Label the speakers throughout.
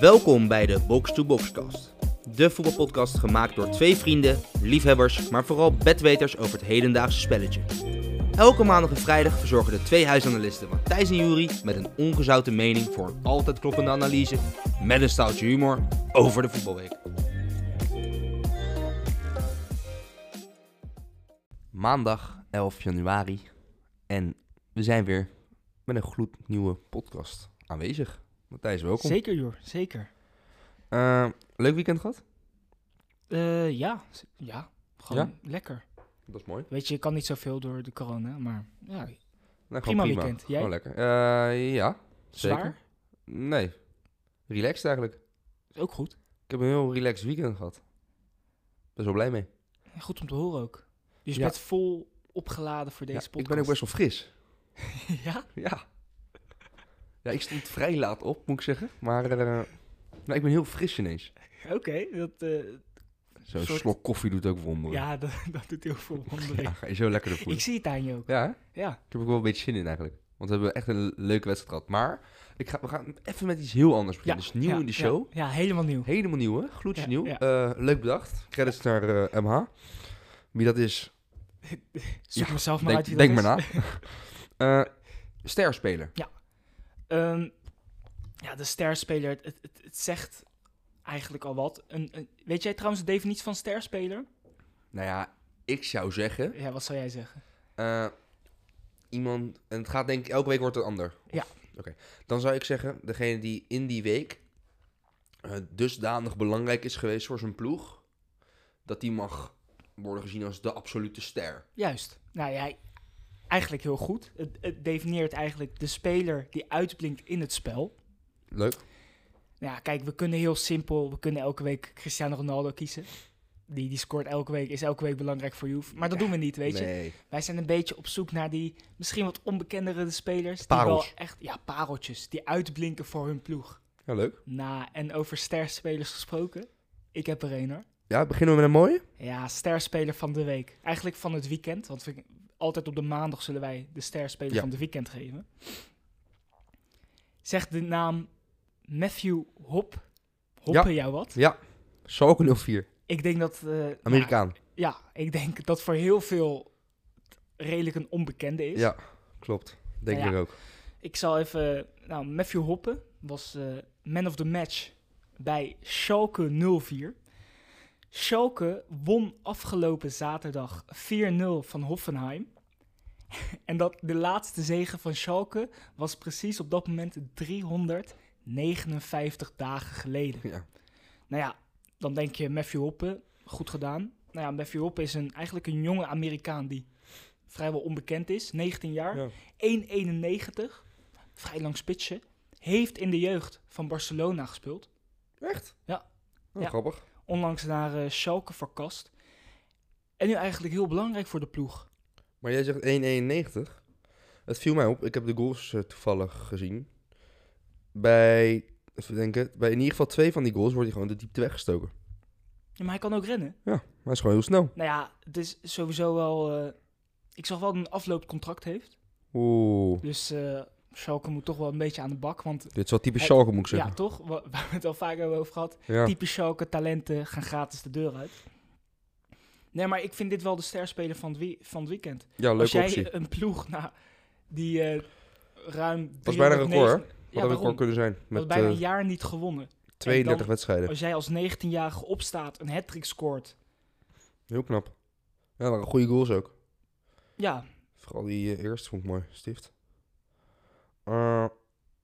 Speaker 1: Welkom bij de Box to Boxcast. De voetbalpodcast gemaakt door twee vrienden, liefhebbers, maar vooral bedweters over het hedendaagse spelletje. Elke maandag en vrijdag verzorgen de twee huisanalisten Matthijs en Jury met een ongezouten mening voor een altijd kloppende analyse met een staaltje humor over de voetbalweek. Maandag 11 januari en we zijn weer met een gloednieuwe podcast aanwezig. Matthijs, welkom.
Speaker 2: Zeker, joh. Zeker.
Speaker 1: Eh, leuk weekend gehad?
Speaker 2: Eh, ja. z- Ja. Gewoon lekker.
Speaker 1: Dat is mooi.
Speaker 2: Weet je, ik kan niet zoveel door de corona, maar ja.
Speaker 1: Nou,
Speaker 2: Prima weekend. Jij?
Speaker 1: Gewoon lekker. Eh, ja, zeker.
Speaker 2: Zwaar.
Speaker 1: Nee. Relaxed eigenlijk.
Speaker 2: Is ook goed.
Speaker 1: Ik heb een heel relaxed weekend gehad. Best wel blij mee.
Speaker 2: En Goed om te horen ook. Dus je
Speaker 1: Ja.
Speaker 2: bent vol opgeladen voor
Speaker 1: Ja,
Speaker 2: deze
Speaker 1: ik
Speaker 2: podcast.
Speaker 1: ben ook best wel fris.
Speaker 2: ja?
Speaker 1: Ja. Ja, ik stond vrij laat op, moet ik zeggen. Maar eh, nou, ik ben heel fris ineens.
Speaker 2: Oké. dat, eh,
Speaker 1: Zo'n
Speaker 2: Soort-
Speaker 1: slok koffie doet ook wonderen.
Speaker 2: ja, dat, dat doet heel veel
Speaker 1: Ja,
Speaker 2: wonderen.
Speaker 1: ga je zo lekker ervoor.
Speaker 2: ik zie het aan je ook.
Speaker 1: Ja, hè? ik
Speaker 2: Ja.
Speaker 1: heb ook wel een beetje zin in eigenlijk. Want we hebben echt een leuke wedstrijd gehad. Maar ik ga, we gaan even met iets heel anders
Speaker 2: ja.
Speaker 1: beginnen. dus nieuw
Speaker 2: ja,
Speaker 1: in de
Speaker 2: ja,
Speaker 1: show.
Speaker 2: Ja, helemaal nieuw.
Speaker 1: Helemaal nieuw, hè? Gloedje
Speaker 2: Ja,
Speaker 1: nieuw.
Speaker 2: ja.
Speaker 1: Eh, leuk bedacht. Credits naar eh, MH. Wie dat is,
Speaker 2: Zoek
Speaker 1: Ja,
Speaker 2: mezelf maar uit
Speaker 1: denk,
Speaker 2: wie
Speaker 1: denk
Speaker 2: dat
Speaker 1: maar
Speaker 2: is.
Speaker 1: na. Eh sterspeler.
Speaker 2: Ehm, ja, de sterspeler, het, het, het- het zegt eigenlijk al wat. Een, een- weet jij trouwens de definitie van sterspeler?
Speaker 1: Nou ja, ik zou zeggen...
Speaker 2: Ja, wat zou jij zeggen?
Speaker 1: eh, iemand... En het gaat denk ik... Elke week wordt het ander. Of-
Speaker 2: Ja.
Speaker 1: Oké. Dan zou ik zeggen, degene die in die week... eh, dusdanig belangrijk is geweest voor zijn ploeg... dat die mag worden gezien als de absolute ster.
Speaker 2: Juist. Nou ja, eigenlijk heel goed. Het, het definieert eigenlijk de speler die uitblinkt in het spel.
Speaker 1: Leuk.
Speaker 2: Nou ja, kijk, we kunnen heel simpel, we kunnen elke week Cristiano Ronaldo kiezen. Die, die scoort elke week, is elke week belangrijk voor Juve. Maar dat doen we niet, weet je.
Speaker 1: nee.
Speaker 2: Wij zijn een beetje op zoek naar die misschien wat onbekendere spelers.
Speaker 1: Parels.
Speaker 2: Die wel echt, ja, pareltjes. Die uitblinken voor hun ploeg.
Speaker 1: Ja, leuk.
Speaker 2: Nou, en over sterspelers gesproken. Ik heb er een hoor.
Speaker 1: Ja, beginnen we met een mooie?
Speaker 2: Ja, sterspeler van de week. Eigenlijk van het weekend. Want we, altijd op de maandag zullen wij de sterspeler
Speaker 1: Ja.
Speaker 2: van de weekend geven. Zegt de naam Matthew Hop. Hoppen jou wat?
Speaker 1: Ja. Schalke 04.
Speaker 2: Ik denk dat... eh,
Speaker 1: Amerikaan.
Speaker 2: nou, ja, ik denk dat voor heel veel redelijk een onbekende is.
Speaker 1: Ja, klopt. Denk
Speaker 2: Nou ja.
Speaker 1: ik ook.
Speaker 2: Ik zal even... Nou, Matthew Hoppen was eh, man of the match bij Schalke 04. Schalke won afgelopen zaterdag 4-0 van Hoffenheim. En dat de laatste zege van Schalke was precies op dat moment 359 dagen geleden.
Speaker 1: Ja.
Speaker 2: Nou ja, dan denk je Matthew Hoppe, goed gedaan. Nou ja, Matthew Hoppe is een, eigenlijk een jonge Amerikaan die vrijwel onbekend is. 19 jaar,
Speaker 1: Ja.
Speaker 2: 1,91, vrij lang spitsje. Heeft in de jeugd van Barcelona gespeeld.
Speaker 1: Echt?
Speaker 2: Ja.
Speaker 1: Oh,
Speaker 2: Ja.
Speaker 1: Grappig.
Speaker 2: Onlangs naar eh Schalke verkast. En nu eigenlijk heel belangrijk voor de ploeg.
Speaker 1: Maar jij zegt 1,91. Het viel mij op. Ik heb de goals eh, toevallig gezien. Bij, even denken, bij in ieder geval twee van die goals wordt hij gewoon de diepte weggestoken.
Speaker 2: Ja, maar hij kan ook rennen.
Speaker 1: Maar hij is gewoon heel snel.
Speaker 2: Nou ja, het is sowieso wel... eh, ik zag wel dat hij een afloopcontract heeft.
Speaker 1: Oeh.
Speaker 2: Dus eh Schalke moet toch wel een beetje aan de bak. Want
Speaker 1: Dit is wel typisch
Speaker 2: Hij-
Speaker 1: Schalke, moet ik
Speaker 2: ja,
Speaker 1: zeggen.
Speaker 2: toch? Wa- Waar we het al vaker hebben over gehad.
Speaker 1: Ja.
Speaker 2: typisch Schalke talenten gaan gratis de deur uit. Nee, maar ik vind dit wel de sterspeler van het, wie- van het weekend.
Speaker 1: Ja,
Speaker 2: Als
Speaker 1: leuke
Speaker 2: jij
Speaker 1: optie.
Speaker 2: een ploeg na die eh, ruim...
Speaker 1: was bijna een record, hè? Wat
Speaker 2: 309 Ja,
Speaker 1: had ik
Speaker 2: daarom.
Speaker 1: ook kunnen zijn.
Speaker 2: Dat was
Speaker 1: Met
Speaker 2: bijna
Speaker 1: eh,
Speaker 2: een jaar niet gewonnen.
Speaker 1: 32
Speaker 2: en
Speaker 1: wedstrijden.
Speaker 2: Als jij als 19-jarige opstaat, een hat-trick scoort.
Speaker 1: Heel knap. Ja, waren goede goals ook.
Speaker 2: Ja,
Speaker 1: Vooral die eh, eerste vond ik mooi. Stift. Eh,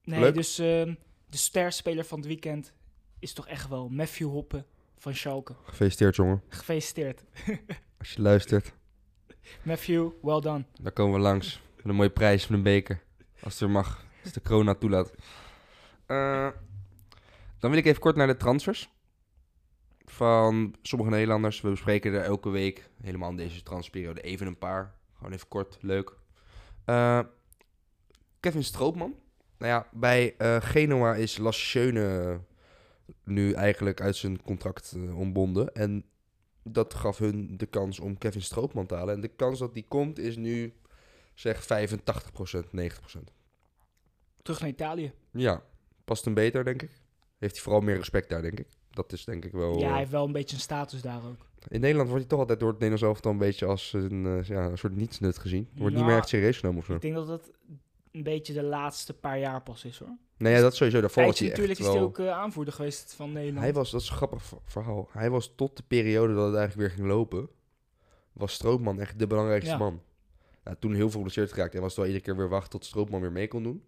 Speaker 2: nee,
Speaker 1: Leuk.
Speaker 2: dus ehm, de sterspeler van het weekend is toch echt wel Matthew Hoppe van Schalke.
Speaker 1: gefeliciteerd, jongen.
Speaker 2: Gefeliciteerd.
Speaker 1: Als je luistert.
Speaker 2: Matthew, well done.
Speaker 1: Daar komen we langs. Met een mooie prijs van een beker. Als het er mag. Als de corona toelaat. Eh, dan wil ik even kort naar de transfers. Van sommige Nederlanders. We bespreken er elke week, helemaal in deze transperiode, even een paar. Gewoon even kort, leuk. Eh, Kevin Stroopman. Nou ja, bij eh, Genoa is Las nu eigenlijk uit zijn contract eh, ontbonden. En dat gaf hun de kans om Kevin Stroopman te halen. En de kans dat die komt is nu, zeg, 85%, 90%.
Speaker 2: Terug naar Italië.
Speaker 1: Ja, past hem beter, denk ik. Heeft hij vooral meer respect daar, denk ik. Dat is denk ik wel...
Speaker 2: Ja,
Speaker 1: eh,
Speaker 2: hij heeft wel een beetje een status daar ook.
Speaker 1: In Nederland wordt hij toch altijd door het Nederlands elftal een beetje als een, eh, ja, een soort nietsnut gezien. Wordt niet
Speaker 2: Nou,
Speaker 1: meer echt serieus genomen of zo.
Speaker 2: Ik denk dat dat een beetje de laatste paar jaar pas is hoor.
Speaker 1: Nee, Nou ja, dat sowieso. Daarvoor was
Speaker 2: Tijdje
Speaker 1: hij echt
Speaker 2: natuurlijk is hij
Speaker 1: wel...
Speaker 2: ook eh, aanvoerder geweest van Nederland.
Speaker 1: Hij was, dat is een grappig v- verhaal. Hij was tot de periode dat het eigenlijk weer ging lopen, was Stroopman echt de belangrijkste
Speaker 2: Ja.
Speaker 1: man. Nou, toen heel veel geblesseerd geraakt en was het wel iedere keer weer wachten tot Stroopman weer mee kon doen.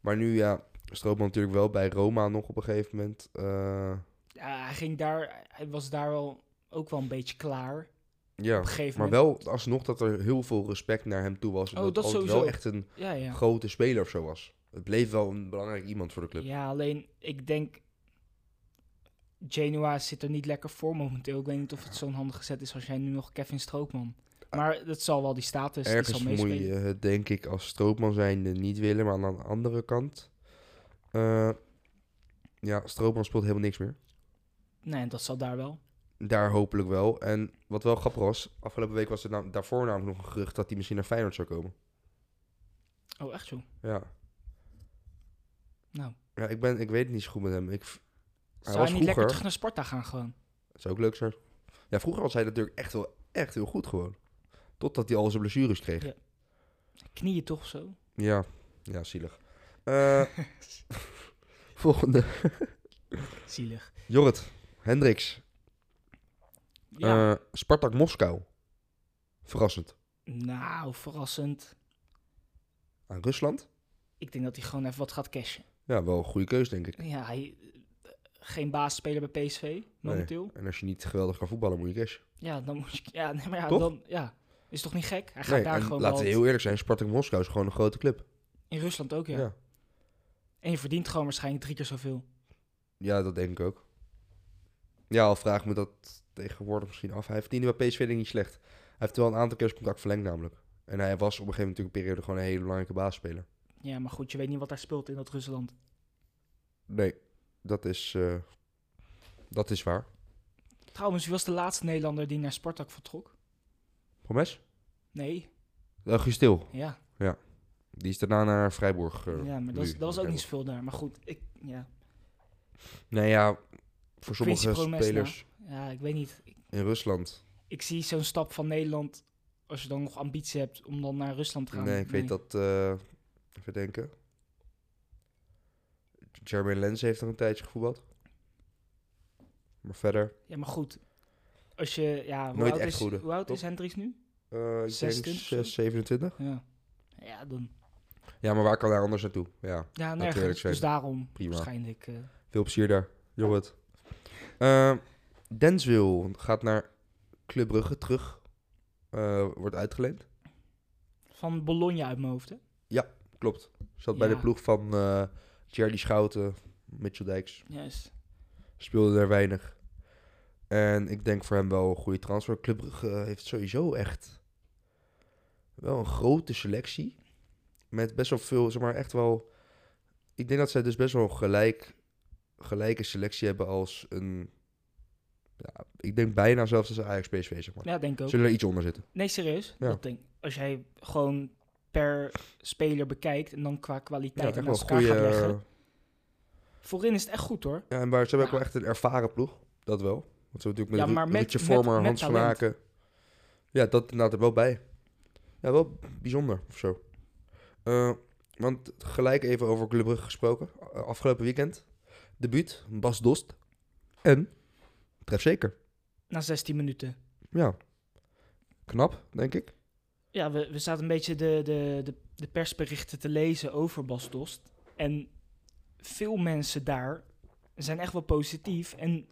Speaker 1: Maar nu, ja, Stroopman natuurlijk wel bij Roma nog op een gegeven moment. eh,
Speaker 2: Ja, hij, ging daar, hij was daar wel ook wel een beetje klaar.
Speaker 1: ja,
Speaker 2: Op een gegeven
Speaker 1: maar
Speaker 2: moment.
Speaker 1: wel alsnog dat er heel veel respect naar hem toe was. En
Speaker 2: Oh,
Speaker 1: dat,
Speaker 2: dat
Speaker 1: het altijd wel
Speaker 2: sowieso.
Speaker 1: echt een
Speaker 2: Ja, ja.
Speaker 1: grote speler of zo was. Het bleef wel een belangrijk iemand voor de club.
Speaker 2: ja, alleen ik denk... Genoa zit er niet lekker voor momenteel. Ik weet niet of het zo'n handige zet is als jij nu nog Kevin Stroopman. Maar dat zal wel die status, die
Speaker 1: Ah. Ergens
Speaker 2: zal
Speaker 1: moet
Speaker 2: meespelen.
Speaker 1: je het, denk ik, als stroopman zijnde niet willen. Maar aan de andere kant... eh, ja, stroopman speelt helemaal niks meer.
Speaker 2: Nee, dat zal daar wel.
Speaker 1: Daar hopelijk wel. En wat wel grappig was... Afgelopen week was er nou, daarvoor namelijk nog een gerucht... dat hij misschien naar Feyenoord zou komen.
Speaker 2: Oh, echt zo?
Speaker 1: Ja.
Speaker 2: Nou.
Speaker 1: Ja, ik, ben, ik weet het niet zo goed met hem. Ik, v- hij
Speaker 2: Zou hij
Speaker 1: was
Speaker 2: niet lekker
Speaker 1: vroeger...
Speaker 2: terug naar Sparta gaan gewoon?
Speaker 1: Dat zou ook leuk zijn. Ja, vroeger was hij natuurlijk echt wel echt heel goed gewoon. Totdat hij al zijn blessures kreeg.
Speaker 2: Ja. Knieën toch of zo?
Speaker 1: Ja, ja zielig. Eh, volgende.
Speaker 2: Zielig.
Speaker 1: Jorrit, Hendricks.
Speaker 2: Ja,
Speaker 1: Eh, Spartak Moskou. Verrassend.
Speaker 2: nou, verrassend.
Speaker 1: Aan Rusland?
Speaker 2: Ik denk dat hij gewoon even wat gaat cashen.
Speaker 1: Ja, wel een goede keus, denk ik.
Speaker 2: Ja, hij, eh, geen basisspeler bij PSV momenteel.
Speaker 1: En als je niet geweldig kan voetballen, moet je cash.
Speaker 2: Ja, dan moet je... Ja, nee, maar ja,
Speaker 1: Toch?
Speaker 2: dan... Ja, is toch niet gek? Hij gaat
Speaker 1: Nee,
Speaker 2: daar
Speaker 1: en
Speaker 2: gewoon
Speaker 1: laten we
Speaker 2: wel-
Speaker 1: heel eerlijk zijn, Spartak Moskou is gewoon een grote club.
Speaker 2: In Rusland ook, ja.
Speaker 1: Ja,
Speaker 2: En je verdient gewoon waarschijnlijk drie keer zoveel.
Speaker 1: Ja, dat denk ik ook. Ja, al vraag ik me dat tegenwoordig misschien af. Hij verdiende bij PSV denk ik niet slecht. Hij heeft wel een aantal keer zijn contract verlengd namelijk. En hij was op een gegeven moment natuurlijk een periode gewoon een hele belangrijke baasspeler.
Speaker 2: Ja, maar goed, je weet niet wat daar speelt in dat Rusland.
Speaker 1: Nee, dat is, eh, dat is waar.
Speaker 2: Trouwens, wie was de laatste Nederlander die naar Spartak vertrok?
Speaker 1: Promes?
Speaker 2: Nee,
Speaker 1: Uh, Gustil.
Speaker 2: ja.
Speaker 1: Die is daarna naar Vrijburg. eh,
Speaker 2: ja, maar dat,
Speaker 1: nu
Speaker 2: is- dat was ook
Speaker 1: bekend.
Speaker 2: niet zoveel daar. Maar goed, ik... Ja,
Speaker 1: Nou ja, voor sommige
Speaker 2: Quincy Promes,
Speaker 1: spelers
Speaker 2: ja ik weet niet. Ik,
Speaker 1: in Rusland.
Speaker 2: ik zie zo'n stap van Nederland... Als je dan nog ambitie hebt om dan naar Rusland te gaan.
Speaker 1: nee, ik weet dat. eh, even denken. Jermaine Lens heeft er een tijdje gevoetbald. Maar verder.
Speaker 2: Ja, maar goed. Als je... Ja, hoe
Speaker 1: Nooit
Speaker 2: oud
Speaker 1: echt
Speaker 2: is,
Speaker 1: goede,
Speaker 2: Hoe oud
Speaker 1: toch?
Speaker 2: is Hendricks nu?
Speaker 1: eh ik denk
Speaker 2: 26 of zo?
Speaker 1: 6, 27.
Speaker 2: Ja. Ja, dan...
Speaker 1: Ja, maar waar kan hij anders naartoe? Ja,
Speaker 2: Ja,
Speaker 1: eerlijk
Speaker 2: nergens.
Speaker 1: zijn.
Speaker 2: Dus daarom
Speaker 1: Prima.
Speaker 2: waarschijnlijk... eh,
Speaker 1: veel plezier daar. Jorrit. Eh Denswil gaat naar Club Brugge terug. Eh, wordt uitgeleend.
Speaker 2: van Bologna uit mijn hoofd, hè?
Speaker 1: Klopt. Zat bij
Speaker 2: Ja.
Speaker 1: de ploeg van eh Charlie Schouten, Mitchell Dijks.
Speaker 2: Juist.
Speaker 1: speelde daar weinig. En ik denk voor hem wel een goede transfer. Club Brugge heeft sowieso echt wel een grote selectie. Met best wel veel, zeg maar echt wel... Ik denk dat zij dus best wel een gelijk, gelijke selectie hebben als een... Ja, ik denk bijna zelfs als een Ajax-PSV, zeg maar.
Speaker 2: Ja, denk ik ook.
Speaker 1: Zullen er iets onder zitten.
Speaker 2: Nee, serieus.
Speaker 1: Ja.
Speaker 2: Dat denk, als jij gewoon per speler bekijkt en dan qua kwaliteit en naast elkaar gaat leggen.
Speaker 1: goede...
Speaker 2: Voorin is het echt goed hoor.
Speaker 1: Ja, en maar ze hebben ook
Speaker 2: Ja.
Speaker 1: wel echt een ervaren ploeg. Dat wel. Want ze hebben natuurlijk met,
Speaker 2: Ja,
Speaker 1: Ru-
Speaker 2: maar met-
Speaker 1: Ruudje
Speaker 2: met-
Speaker 1: Vormer,
Speaker 2: met
Speaker 1: Hans van
Speaker 2: talent.
Speaker 1: Aken. Ja, dat laat er wel bij. Ja, wel bijzonder of zo. Eh, want gelijk even over Club Brugge gesproken. Eh, Afgelopen weekend. Debuut, Bas Dost. En trefzeker.
Speaker 2: Na 16 minuten.
Speaker 1: Ja. Knap, denk ik.
Speaker 2: Ja, we, we zaten een beetje de, de, de, de persberichten te lezen over Bas Dost. En veel mensen daar zijn echt wel positief en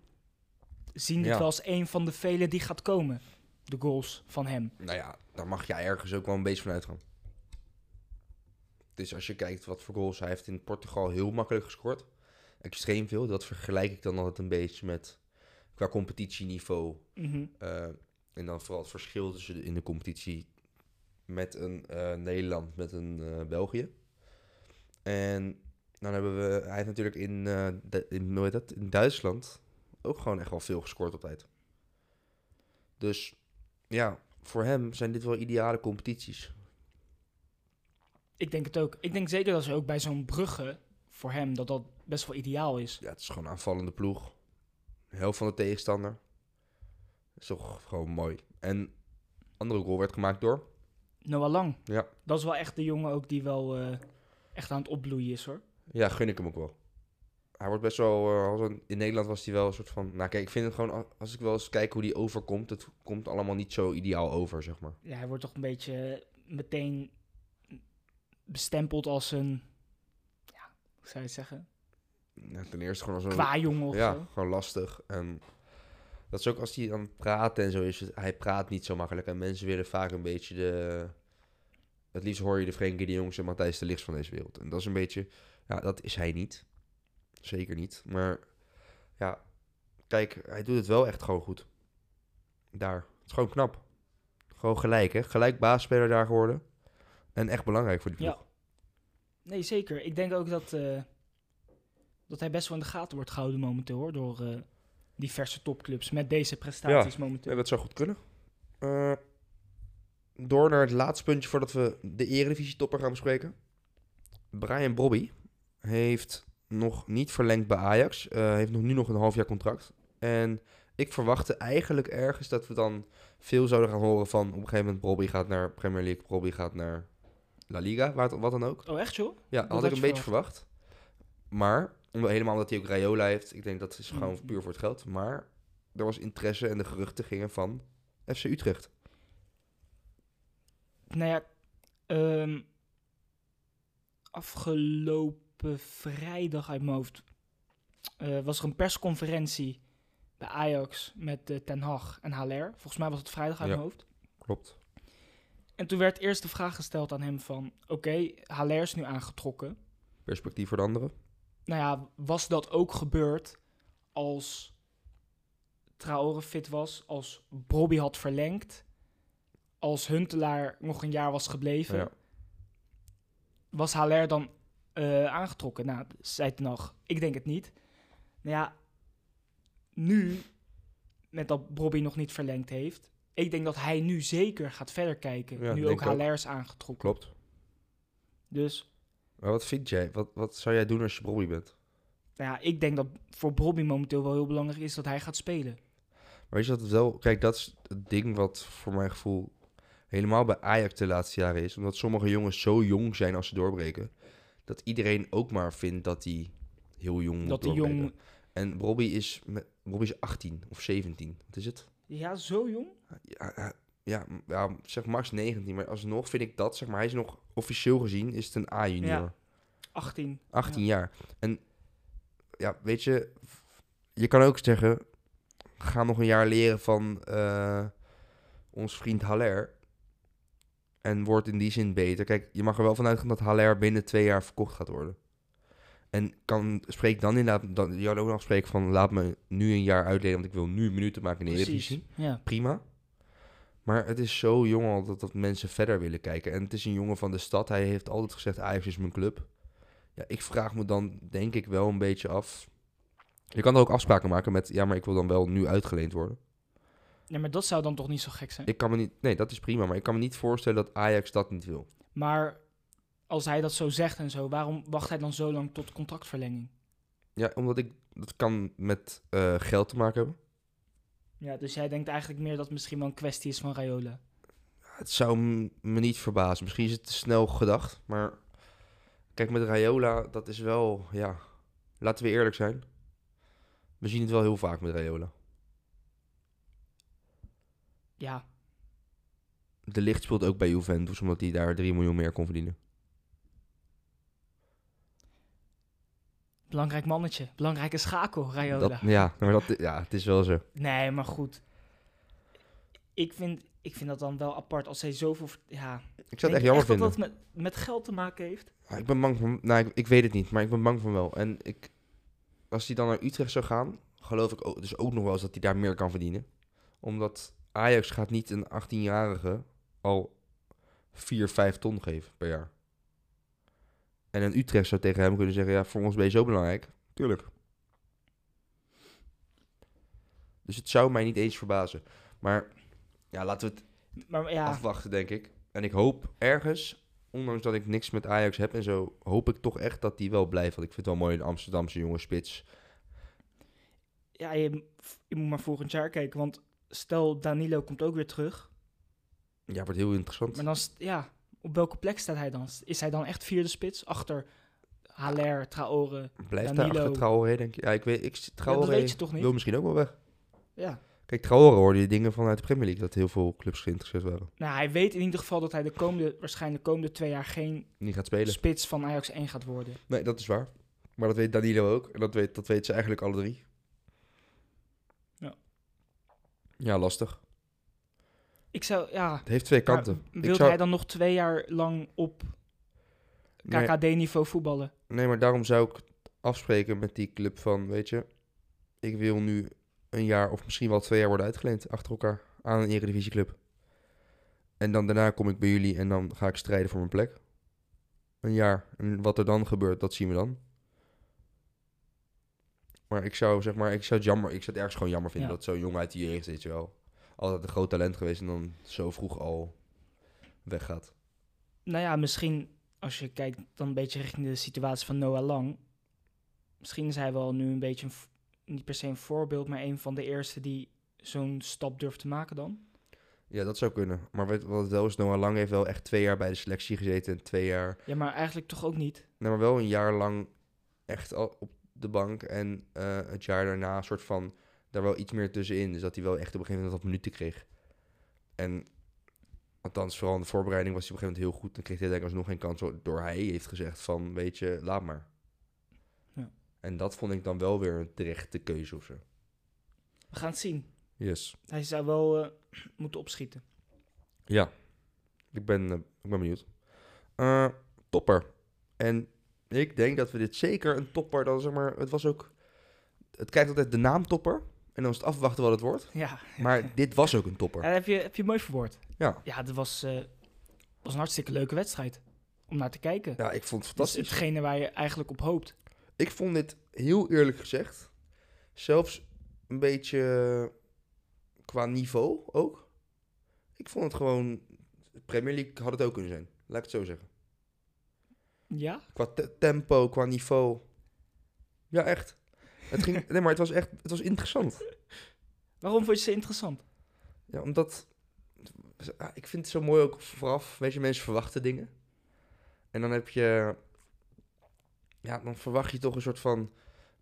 Speaker 2: zien dit
Speaker 1: Ja.
Speaker 2: wel als een van de vele die gaat komen. De goals van hem.
Speaker 1: Nou ja, daar mag je ergens ook wel een beetje van uitgaan. Dus als je kijkt wat voor goals hij heeft in Portugal heel makkelijk gescoord. Extreem veel. Dat vergelijk ik dan altijd een beetje met qua competitieniveau.
Speaker 2: Mhm.
Speaker 1: eh, en dan vooral het verschil tussen de- in de competitie met een eh, Nederland, met een eh, België. En dan hebben we, hij heeft natuurlijk in, eh, Du- in, hoe heet dat, in Duitsland ook gewoon echt wel veel gescoord op tijd. Dus ja, voor hem zijn dit wel ideale competities.
Speaker 2: Ik denk het ook. Ik denk zeker dat ze ook bij zo'n Brugge, voor hem, dat dat best wel ideaal is.
Speaker 1: Ja, het is gewoon een aanvallende ploeg. De helft van de tegenstander. Dat is toch gewoon mooi. En andere goal werd gemaakt door.
Speaker 2: Noah Lang.
Speaker 1: Ja.
Speaker 2: Dat is wel echt de jongen ook die wel eh, echt aan het opbloeien is hoor.
Speaker 1: Ja, gun ik hem ook wel. Hij wordt best wel. eh, als een- in Nederland was hij wel een soort van. Nou, kijk, ik vind het gewoon. a- Als ik wel eens kijk hoe die overkomt. Het komt allemaal niet zo ideaal over, zeg maar.
Speaker 2: Ja, hij wordt toch een beetje eh, meteen bestempeld als een, ja, hoe zou je het zeggen,
Speaker 1: Ja, ten eerste gewoon als een.
Speaker 2: qua jongen of
Speaker 1: ja,
Speaker 2: zo.
Speaker 1: gewoon lastig. En dat is ook als hij aan het praten en zo is. het- Hij praat niet zo makkelijk. En mensen willen vaak een beetje de... Het liefst hoor je de Frenkie de Jongs en Matthijs de Licht van deze wereld. En dat is een beetje... Ja, dat is hij niet. Zeker niet. Maar ja, kijk, hij doet het wel echt gewoon goed. Daar. Het is gewoon knap. Gewoon gelijk, hè. Gelijk baasspeler daar geworden. En echt belangrijk voor die
Speaker 2: Ja.
Speaker 1: ploeg.
Speaker 2: Nee, zeker. Ik denk ook dat, eh, dat hij best wel in de gaten wordt gehouden momenteel hoor, door eh, diverse topclubs met deze prestaties momenteel.
Speaker 1: Ja, dat zou goed kunnen. Eh, door naar het laatste puntje voordat we de Eredivisie-topper gaan bespreken. Brian Bobby heeft nog niet verlengd bij Ajax. eh, heeft nog nu nog een half jaar contract. En ik verwachtte eigenlijk ergens dat we dan veel zouden gaan horen van... op een gegeven moment Bobby gaat naar Premier League, Bobby gaat naar La Liga, wat, wat dan ook.
Speaker 2: Oh echt joh?
Speaker 1: Ja, had
Speaker 2: Dat had
Speaker 1: ik een
Speaker 2: je
Speaker 1: beetje verwacht. Maar, om- helemaal omdat hij ook Rayola heeft. Ik denk dat is gewoon
Speaker 2: Mm.
Speaker 1: puur voor het geld. Maar er was interesse en de geruchten gingen van FC Utrecht.
Speaker 2: Nou ja, ehm, afgelopen vrijdag uit mijn hoofd eh, was er een persconferentie bij Ajax met eh, Ten Hag en Haller. Volgens mij was het vrijdag uit
Speaker 1: Ja.
Speaker 2: mijn hoofd.
Speaker 1: Klopt.
Speaker 2: En toen werd eerst de vraag gesteld aan hem van, oké, Haller is nu aangetrokken.
Speaker 1: Perspectief voor de anderen.
Speaker 2: Nou ja, was dat ook gebeurd als Traore fit was, als Bobby had verlengd, als Huntelaar nog een jaar was gebleven?
Speaker 1: Ja.
Speaker 2: was Haller dan eh, aangetrokken? Nou, zei Ten Hag, ik denk het niet. Nou ja, nu, met dat Bobby nog niet verlengd heeft, ik denk dat hij nu zeker gaat verder kijken.
Speaker 1: Ja,
Speaker 2: nu
Speaker 1: denk ik
Speaker 2: ook
Speaker 1: ook.
Speaker 2: Haller is aangetrokken.
Speaker 1: Klopt.
Speaker 2: Dus
Speaker 1: Maar wat vind jij? Wat, wat zou jij doen als je Bobby bent?
Speaker 2: nou ja, ik denk dat voor Bobby momenteel wel heel belangrijk is dat hij gaat spelen.
Speaker 1: Maar weet je dat het wel... Kijk, dat is het ding wat voor mijn gevoel helemaal bij Ajax de laatste jaren is. Omdat sommige jongens zo jong zijn als ze doorbreken. Dat iedereen ook maar vindt dat die heel jong moet
Speaker 2: dat die
Speaker 1: doorbreken.
Speaker 2: jong...
Speaker 1: En Bobby is, met, Bobby is 18 of 17. Wat is het?
Speaker 2: Ja, zo jong?
Speaker 1: Ja, ja, ja, m- ja, zeg max 19. Maar alsnog vind ik dat, zeg maar, hij is nog officieel gezien, is het een A-junior.
Speaker 2: Ja. 18.
Speaker 1: 18 jaar. En ja, weet je, je kan ook zeggen, ga nog een jaar leren van eh, ons vriend Haller. En wordt in die zin beter. Kijk, je mag er wel van uitgaan dat Haller binnen twee jaar verkocht gaat worden. En kan, spreek dan inderdaad, dan, je had ook nog spreken van laat me nu een jaar uitleden, want ik wil nu minuten maken in de Eredivisie
Speaker 2: Ja.
Speaker 1: prima. Maar het is zo jong al dat, dat mensen verder willen kijken. En het is een jongen van de stad. Hij heeft altijd gezegd, Ajax is mijn club. Ja, ik vraag me dan denk ik wel een beetje af. Je kan er ook afspraken maken met, ja, maar ik wil dan wel nu uitgeleend worden.
Speaker 2: ja, maar dat zou dan toch niet zo gek zijn?
Speaker 1: Ik kan me niet, nee, dat is prima. Maar ik kan me niet voorstellen dat Ajax dat niet wil.
Speaker 2: Maar als hij dat zo zegt en zo, waarom wacht hij dan zo lang tot contractverlenging?
Speaker 1: Ja, omdat ik, dat kan met eh, geld te maken hebben.
Speaker 2: Ja, dus jij denkt eigenlijk meer dat het misschien wel een kwestie is van Rayola.
Speaker 1: Het zou m- me niet verbazen. Misschien is het te snel gedacht. Maar kijk, met Rayola, dat is wel, ja, laten we eerlijk zijn. We zien het wel heel vaak met Rayola.
Speaker 2: Ja,
Speaker 1: De Licht speelt ook bij Juventus, omdat hij daar 3 miljoen meer kon verdienen.
Speaker 2: belangrijk mannetje. Belangrijke schakel, Rayola.
Speaker 1: Dat, ja, maar dat, ja, het is wel zo.
Speaker 2: Nee, maar goed. Ik vind, ik vind dat dan wel apart als hij zoveel... ver- Ja,
Speaker 1: Ik zou het echt jammer vinden.
Speaker 2: dat dat met, met geld te maken heeft?
Speaker 1: Ja, ik ben bang van, nou, ik, ik weet het niet, maar ik ben bang van wel. En ik, als hij dan naar Utrecht zou gaan, geloof ik ook, dus ook nog wel eens dat hij daar meer kan verdienen. Omdat Ajax gaat niet een 18-jarige al 4, 5 ton geven per jaar. En een Utrecht zou tegen hem kunnen zeggen, ja, voor ons ben je zo belangrijk. Tuurlijk. Dus het zou mij niet eens verbazen. Maar Ja, laten we het
Speaker 2: Maar ja,
Speaker 1: afwachten, denk ik. En ik hoop ergens, ondanks dat ik niks met Ajax heb en zo, hoop ik toch echt dat die wel blijft. Want ik vind het wel mooi een Amsterdamse jonge spits.
Speaker 2: ja je, je moet maar volgend jaar kijken. Want stel, Danilo komt ook weer terug.
Speaker 1: Ja, wordt heel interessant.
Speaker 2: Maar dan, st- ja, op welke plek staat hij dan? Is hij dan echt vierde spits? Achter Haller, Traore.
Speaker 1: Blijft daar
Speaker 2: Danilo.
Speaker 1: achter Traoré, denk ik. Ja, ik weet, ik,
Speaker 2: Ja, dat
Speaker 1: Traoré
Speaker 2: weet je toch
Speaker 1: wil
Speaker 2: niet?
Speaker 1: misschien ook wel weg.
Speaker 2: Ja.
Speaker 1: Kijk, Traoré hoorde je dingen vanuit de Premier League, dat heel veel clubs geïnteresseerd waren.
Speaker 2: Nou, hij weet in ieder geval dat hij de komende, waarschijnlijk de komende twee jaar geen
Speaker 1: Niet gaat spelen.
Speaker 2: spits van Ajax 1 gaat worden.
Speaker 1: Nee, dat is waar. Maar dat weet Danilo ook. En dat weet, dat weet ze eigenlijk alle drie.
Speaker 2: Ja.
Speaker 1: Ja, lastig.
Speaker 2: Ik zou, ja,
Speaker 1: Het heeft twee kanten.
Speaker 2: Maar
Speaker 1: Ik
Speaker 2: Wilt
Speaker 1: zou-
Speaker 2: hij dan nog twee jaar lang op
Speaker 1: Nee.
Speaker 2: KKD-niveau voetballen?
Speaker 1: Nee, maar daarom zou ik afspreken met die club van, weet je, ik wil nu een jaar of misschien wel twee jaar worden uitgeleend achter elkaar aan een eredivisieclub. En dan daarna kom ik bij jullie en dan ga ik strijden voor mijn plek. Een jaar. En wat er dan gebeurt, dat zien we dan. Maar ik zou, zeg maar, ik zou het jammer, ik zou het ergens gewoon jammer vinden
Speaker 2: Ja.
Speaker 1: dat zo'n jongen uit de jeugd, weet je wel, altijd een groot talent geweest en dan zo vroeg al weggaat.
Speaker 2: Nou ja, misschien als je kijkt dan een beetje richting de situatie van Noah Lang. Misschien is hij wel nu een beetje, een v- niet per se een voorbeeld, maar een van de eerste die zo'n stap durft te maken dan.
Speaker 1: Ja, dat zou kunnen. Maar weet, wat het wel is, Noah Lang heeft wel echt twee jaar bij de selectie gezeten. En twee jaar,
Speaker 2: Ja, maar eigenlijk toch ook niet.
Speaker 1: nee, maar wel een jaar lang echt al op de bank. En eh, het jaar daarna soort van daar wel iets meer tussenin. Dus dat hij wel echt op een gegeven moment wat minuten kreeg. En althans, vooral in de voorbereiding was hij op een gegeven moment heel goed. Dan kreeg hij denk ik alsnog geen kans wa- door hij heeft gezegd van, weet je, laat maar.
Speaker 2: Ja.
Speaker 1: En dat vond ik dan wel weer een terechte keuze of zo.
Speaker 2: We gaan het zien.
Speaker 1: Yes.
Speaker 2: Hij zou wel eh, moeten opschieten.
Speaker 1: Ja, ik ben, eh, ik ben benieuwd. Eh, topper. En ik denk dat we dit zeker een topper, dan zeg maar, het was ook, het krijgt altijd de naam topper. En dan is het afwachten wat het wordt.
Speaker 2: Ja,
Speaker 1: Maar dit was ook een topper.
Speaker 2: Ja, dat heb, je, heb je mooi verwoord.
Speaker 1: Ja.
Speaker 2: Ja, dat was, eh, was een hartstikke leuke wedstrijd om naar te kijken.
Speaker 1: Ja, ik vond het
Speaker 2: dat is
Speaker 1: fantastisch.
Speaker 2: hetgene waar je eigenlijk op hoopt.
Speaker 1: Ik vond dit heel eerlijk gezegd, zelfs een beetje qua niveau ook. Ik vond het gewoon, Premier League had het ook kunnen zijn. Laat ik het zo zeggen.
Speaker 2: Ja?
Speaker 1: Qua te- tempo, qua niveau. Ja, echt. Het ging, nee, maar het was echt het was interessant.
Speaker 2: Waarom vond je ze interessant?
Speaker 1: Ja, omdat, ah, ik vind het zo mooi ook vooraf, weet je, mensen verwachten dingen. En dan heb je, ja, dan verwacht je toch een soort van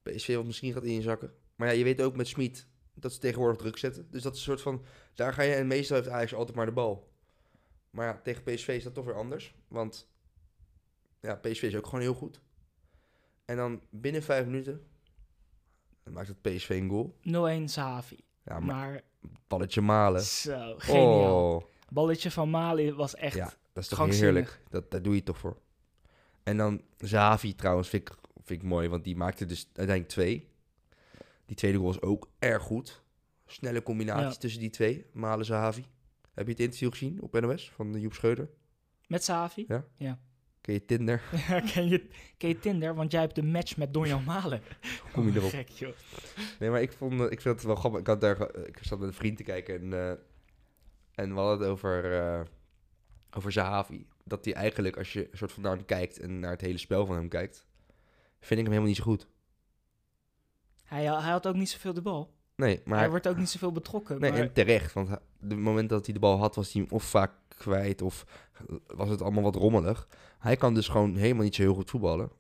Speaker 1: PSV wat misschien gaat inzakken. Maar ja, je weet ook met Smit dat ze tegenwoordig druk zetten. Dus dat is een soort van, daar ga je, en meestal heeft Ajax altijd maar de bal. Maar ja, tegen PSV is dat toch weer anders. Want ja, PSV is ook gewoon heel goed. En dan binnen vijf minuten dan maakt het PSV een goal.
Speaker 2: 0-1 Savi.
Speaker 1: Ja, maar
Speaker 2: maar
Speaker 1: balletje malen.
Speaker 2: zo, geniaal.
Speaker 1: Oh,
Speaker 2: Balletje van Mali was echt...
Speaker 1: ja, dat is toch
Speaker 2: gangzinnig.
Speaker 1: heerlijk. Dat, daar doe je het toch voor. En dan Zavi trouwens vind ik, vind ik mooi, want die maakte dus uiteindelijk twee. Die tweede goal was ook erg goed. Snelle combinatie
Speaker 2: Ja.
Speaker 1: tussen die twee, Malen Zavi. Heb je het interview gezien op NOS van Joep Scheuder?
Speaker 2: Met Savi.
Speaker 1: Ken je Tinder?
Speaker 2: ken, je, ken je Tinder? Want jij hebt de match met Donjan Malen.
Speaker 1: Kom je
Speaker 2: Oh,
Speaker 1: erop?
Speaker 2: Gek, joh.
Speaker 1: Nee, maar ik vond eh, ik vind het wel grappig. Ik, had daar, ge- ik zat met een vriend te kijken en, eh, en we hadden het over, eh, over Zahavi. Dat hij eigenlijk, als je een soort van naar hem kijkt en naar het hele spel van hem kijkt, vind ik hem helemaal niet zo goed.
Speaker 2: Hij, hij had ook niet zoveel de bal.
Speaker 1: Nee, maar
Speaker 2: Hij
Speaker 1: hij-
Speaker 2: wordt ook niet zoveel betrokken.
Speaker 1: nee,
Speaker 2: maar
Speaker 1: en terecht. Want hij- de moment dat hij de bal had, was hij hem of vaak kwijt of was het allemaal wat rommelig. Hij kan dus gewoon helemaal niet zo heel goed voetballen.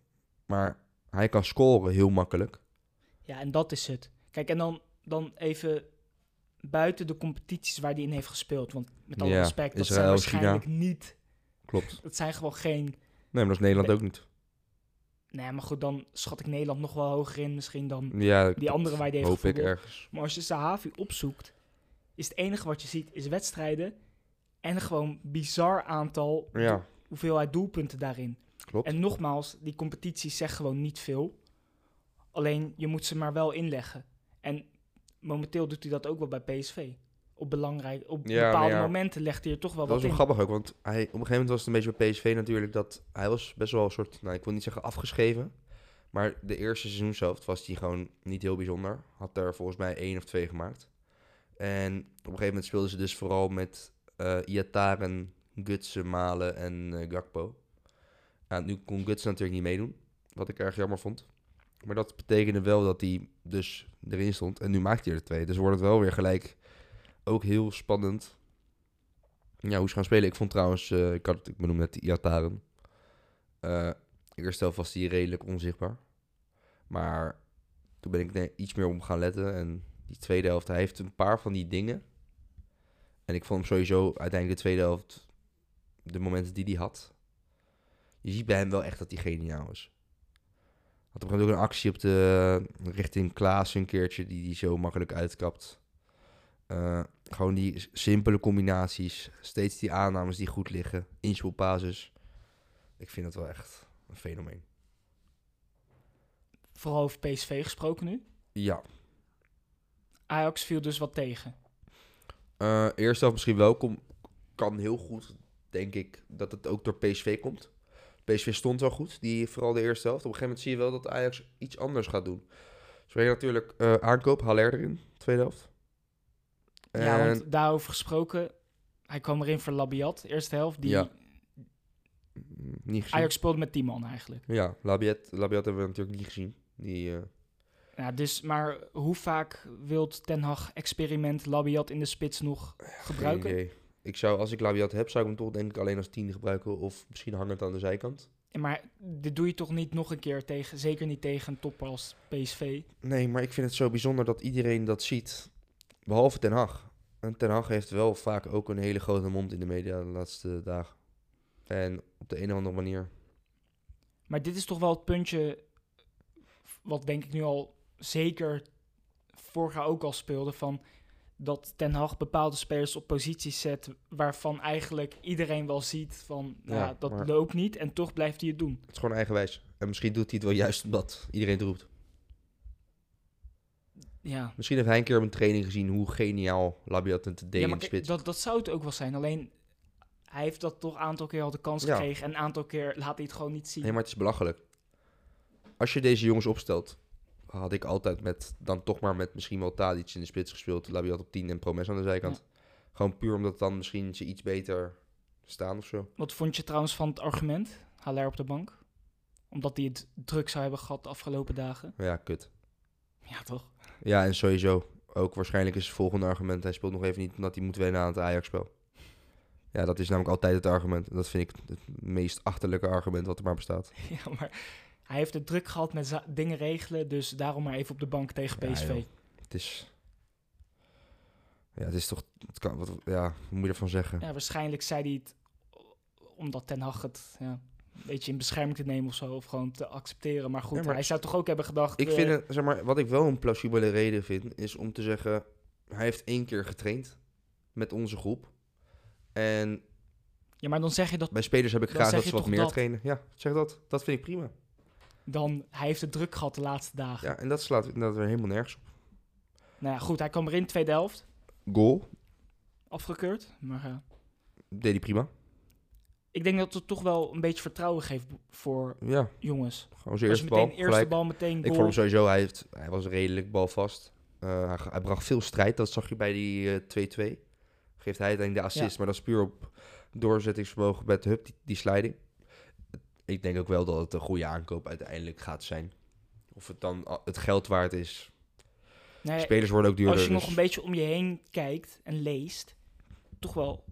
Speaker 1: Maar hij kan scoren heel makkelijk.
Speaker 2: Ja, en dat is het. Kijk, en dan, dan even buiten de competities waar hij in heeft gespeeld. Want met alle
Speaker 1: Ja,
Speaker 2: respect, dat zijn
Speaker 1: Israël,
Speaker 2: waarschijnlijk niet...
Speaker 1: Klopt.
Speaker 2: Dat zijn gewoon geen...
Speaker 1: Nee, maar dat is Nederland ook niet.
Speaker 2: Nee, maar goed, dan schat ik Nederland nog wel hoger in misschien dan
Speaker 1: Ja,
Speaker 2: die andere waar hij heeft
Speaker 1: hoop ik
Speaker 2: gevoetbald.
Speaker 1: ergens.
Speaker 2: Maar als je Sahavi opzoekt, is het enige wat je ziet is wedstrijden en gewoon bizar aantal
Speaker 1: Ja,
Speaker 2: hoeveelheid doelpunten daarin.
Speaker 1: klopt.
Speaker 2: En nogmaals, die competitie zegt gewoon niet veel. Alleen je moet ze maar wel inleggen. En momenteel doet hij dat ook wel bij PSV. Op, belangrijk, op
Speaker 1: Ja,
Speaker 2: bepaalde
Speaker 1: nou ja.
Speaker 2: momenten legt hij er toch wel
Speaker 1: Dat was
Speaker 2: wat
Speaker 1: wel
Speaker 2: in.
Speaker 1: grappig ook, want hij, op een gegeven moment was het een beetje bij PSV natuurlijk dat hij was best wel een soort, nou ik wil niet zeggen afgeschreven, maar de eerste seizoenshelft was hij gewoon niet heel bijzonder. Had er volgens mij één of twee gemaakt. En op een gegeven moment speelden ze dus vooral met eh Iataren, Gutsen, Malen en eh, Gakpo. Nou, nu kon Gutsen natuurlijk niet meedoen, wat ik erg jammer vond. Maar dat betekende wel dat hij dus erin stond. En nu maakt hij er twee. Dus wordt het wel weer gelijk ook heel spannend. Ja, hoe ze gaan spelen. Ik vond trouwens, eh, ik had het, ik benoemde net die Iataren. Eh, ik herstel vast die redelijk onzichtbaar. Maar toen ben ik er iets meer om gaan letten. En die tweede helft, hij heeft een paar van die dingen. En ik vond hem sowieso uiteindelijk de tweede helft, de momenten die hij had. Je ziet bij hem wel echt dat hij geniaal is. Had op een gegeven moment ook een actie op de eh, richting Klaas een keertje, die die zo makkelijk uitkapt. Eh, gewoon die s- simpele combinaties, steeds die aannames die goed liggen, inspelbasis. Ik vind dat wel echt een fenomeen.
Speaker 2: Vooral over PSV gesproken nu.
Speaker 1: Ja,
Speaker 2: Ajax viel dus wat tegen.
Speaker 1: Eh eerste helft misschien wel. Kom, kan heel goed, denk ik, dat het ook door PSV komt. PSV stond wel goed, die, vooral de eerste helft. Op een gegeven moment zie je wel dat Ajax iets anders gaat doen. Ze je natuurlijk eh, aankoop, Haller erin, tweede helft.
Speaker 2: Ja,
Speaker 1: En-
Speaker 2: want daarover gesproken. Hij kwam erin voor Labiat, eerste helft. Die
Speaker 1: Ja. Mm, niet gezien.
Speaker 2: Ajax speelde met 10 man eigenlijk.
Speaker 1: Ja, Labiat, Labiat hebben we natuurlijk niet gezien. Die, eh,
Speaker 2: Ja, dus, maar hoe vaak wilt Ten Hag experiment Labiat in de spits nog gebruiken?
Speaker 1: geen idee. Ik zou, als ik Labiat heb, zou ik hem toch denk ik alleen als tiende gebruiken. Of misschien hangend aan de zijkant.
Speaker 2: Maar dit doe je toch niet nog een keer tegen, zeker niet tegen een topper als PSV.
Speaker 1: Nee, maar ik vind het zo bijzonder dat iedereen dat ziet. Behalve Ten Hag. En Ten Hag heeft wel vaak ook een hele grote mond in de media de laatste dagen. En op de een of andere manier.
Speaker 2: Maar dit is toch wel het puntje wat denk ik nu al zeker vorig jaar ook al speelde van dat Ten Hag bepaalde spelers op posities zet waarvan eigenlijk iedereen wel ziet van nou ja,
Speaker 1: Ja,
Speaker 2: dat
Speaker 1: maar-
Speaker 2: loopt niet en toch blijft hij het doen.
Speaker 1: Het is gewoon eigenwijs. En misschien doet hij het wel juist omdat iedereen het roept.
Speaker 2: Ja.
Speaker 1: Misschien heeft hij een keer op een training gezien hoe geniaal Labiat en Tadej
Speaker 2: Ja,
Speaker 1: in
Speaker 2: maar
Speaker 1: de
Speaker 2: kijk,
Speaker 1: spits.
Speaker 2: dat, dat zou het ook wel zijn. Alleen hij heeft dat toch een aantal keer al de kans
Speaker 1: Ja.
Speaker 2: gekregen en een aantal keer laat hij het gewoon niet zien.
Speaker 1: Nee, maar het is belachelijk. Als je deze jongens opstelt, had ik altijd met, dan toch maar met misschien wel Tadic in de spits gespeeld. Labiat op 10 en Promes aan de zijkant. Gewoon puur omdat dan misschien ze iets beter staan of zo.
Speaker 2: Wat vond je trouwens van het argument? Haller op de bank? Omdat hij het druk zou hebben gehad de afgelopen dagen.
Speaker 1: Ja, kut.
Speaker 2: Ja, toch?
Speaker 1: Ja, en sowieso. Ook waarschijnlijk is het volgende argument... hij speelt nog even niet omdat hij moet wennen aan het Ajax-spel. Ja, dat is namelijk altijd het argument. En Dat vind ik het meest achterlijke argument wat er maar bestaat.
Speaker 2: Ja, maar hij heeft het druk gehad met za- dingen regelen. Dus daarom maar even op de bank tegen
Speaker 1: Ja,
Speaker 2: PSV.
Speaker 1: joh. Het is... Ja, het is toch... Het kan, wat, ja, hoe moet je ervan zeggen?
Speaker 2: ja, waarschijnlijk zei hij het omdat Ten Hag het ja, een beetje in bescherming te nemen of zo. Of gewoon te accepteren. Maar goed,
Speaker 1: Ja, maar-
Speaker 2: hij zou toch ook hebben gedacht...
Speaker 1: Ik
Speaker 2: eh,
Speaker 1: vind het, zeg maar, wat ik wel een plausibele reden vind, is om te zeggen... hij heeft één keer getraind met onze groep. En
Speaker 2: Ja, maar dan zeg je dat
Speaker 1: bij spelers heb ik
Speaker 2: Dan
Speaker 1: graag
Speaker 2: zeg
Speaker 1: dat
Speaker 2: je
Speaker 1: ze wat
Speaker 2: toch
Speaker 1: meer
Speaker 2: dat?
Speaker 1: trainen. Ja, zeg dat. Dat vind ik prima.
Speaker 2: dan... Hij heeft het druk gehad de laatste dagen.
Speaker 1: Ja, en dat slaat inderdaad weer helemaal nergens op.
Speaker 2: Nou ja, goed, hij kwam erin, tweede helft.
Speaker 1: Goal,
Speaker 2: Afgekeurd. Maar eh,
Speaker 1: deed hij prima.
Speaker 2: ik denk dat het toch wel een beetje vertrouwen geeft voor
Speaker 1: Ja,
Speaker 2: jongens.
Speaker 1: gewoon zijn
Speaker 2: Als
Speaker 1: eerste
Speaker 2: je
Speaker 1: bal.
Speaker 2: meteen eerste
Speaker 1: Gelijk.
Speaker 2: bal, meteen
Speaker 1: Ik
Speaker 2: goal.
Speaker 1: vond hem sowieso, hij, heeft, hij was redelijk balvast. Eh, hij, hij bracht veel strijd, dat zag je bij die eh, 2-2. Geeft hij uiteindelijk de assist,
Speaker 2: Ja.
Speaker 1: maar dat is puur op doorzettingsvermogen met Hup, die, die sliding. Ik denk ook wel dat het een goede aankoop uiteindelijk gaat zijn. Of het dan al- het geld waard is.
Speaker 2: Nou ja,
Speaker 1: Spelers worden ook duurder.
Speaker 2: als je nog
Speaker 1: dus-
Speaker 2: een beetje om je heen kijkt en leest, toch wel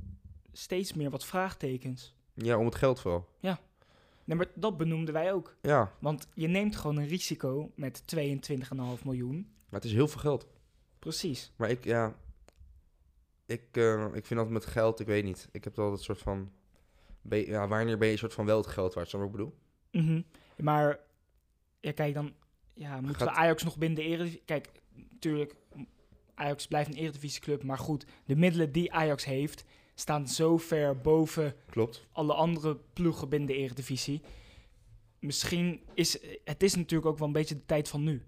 Speaker 2: steeds meer wat vraagtekens.
Speaker 1: Ja, om het geld vooral.
Speaker 2: Nee, maar dat benoemden wij ook.
Speaker 1: Ja,
Speaker 2: Want je neemt gewoon een risico met 22,5 miljoen.
Speaker 1: maar het is heel veel geld.
Speaker 2: Precies.
Speaker 1: Maar ik, ja. Ik, eh, ik vind dat met geld, ik weet niet. Ik heb altijd een soort van. ben je- ja, wanneer ben je een soort van wel het geld waard? Snap je wat ik bedoel?
Speaker 2: Mhm. Maar, ja, kijk dan, ja, moeten we
Speaker 1: Gaat-
Speaker 2: Ajax nog binnen de Eredivisie? Kijk, natuurlijk, Ajax blijft een Eredivisieclub. Maar goed, de middelen die Ajax heeft, staan zo ver boven
Speaker 1: Klopt.
Speaker 2: alle andere ploegen binnen de Eredivisie. Misschien is het is natuurlijk ook wel een beetje de tijd van nu.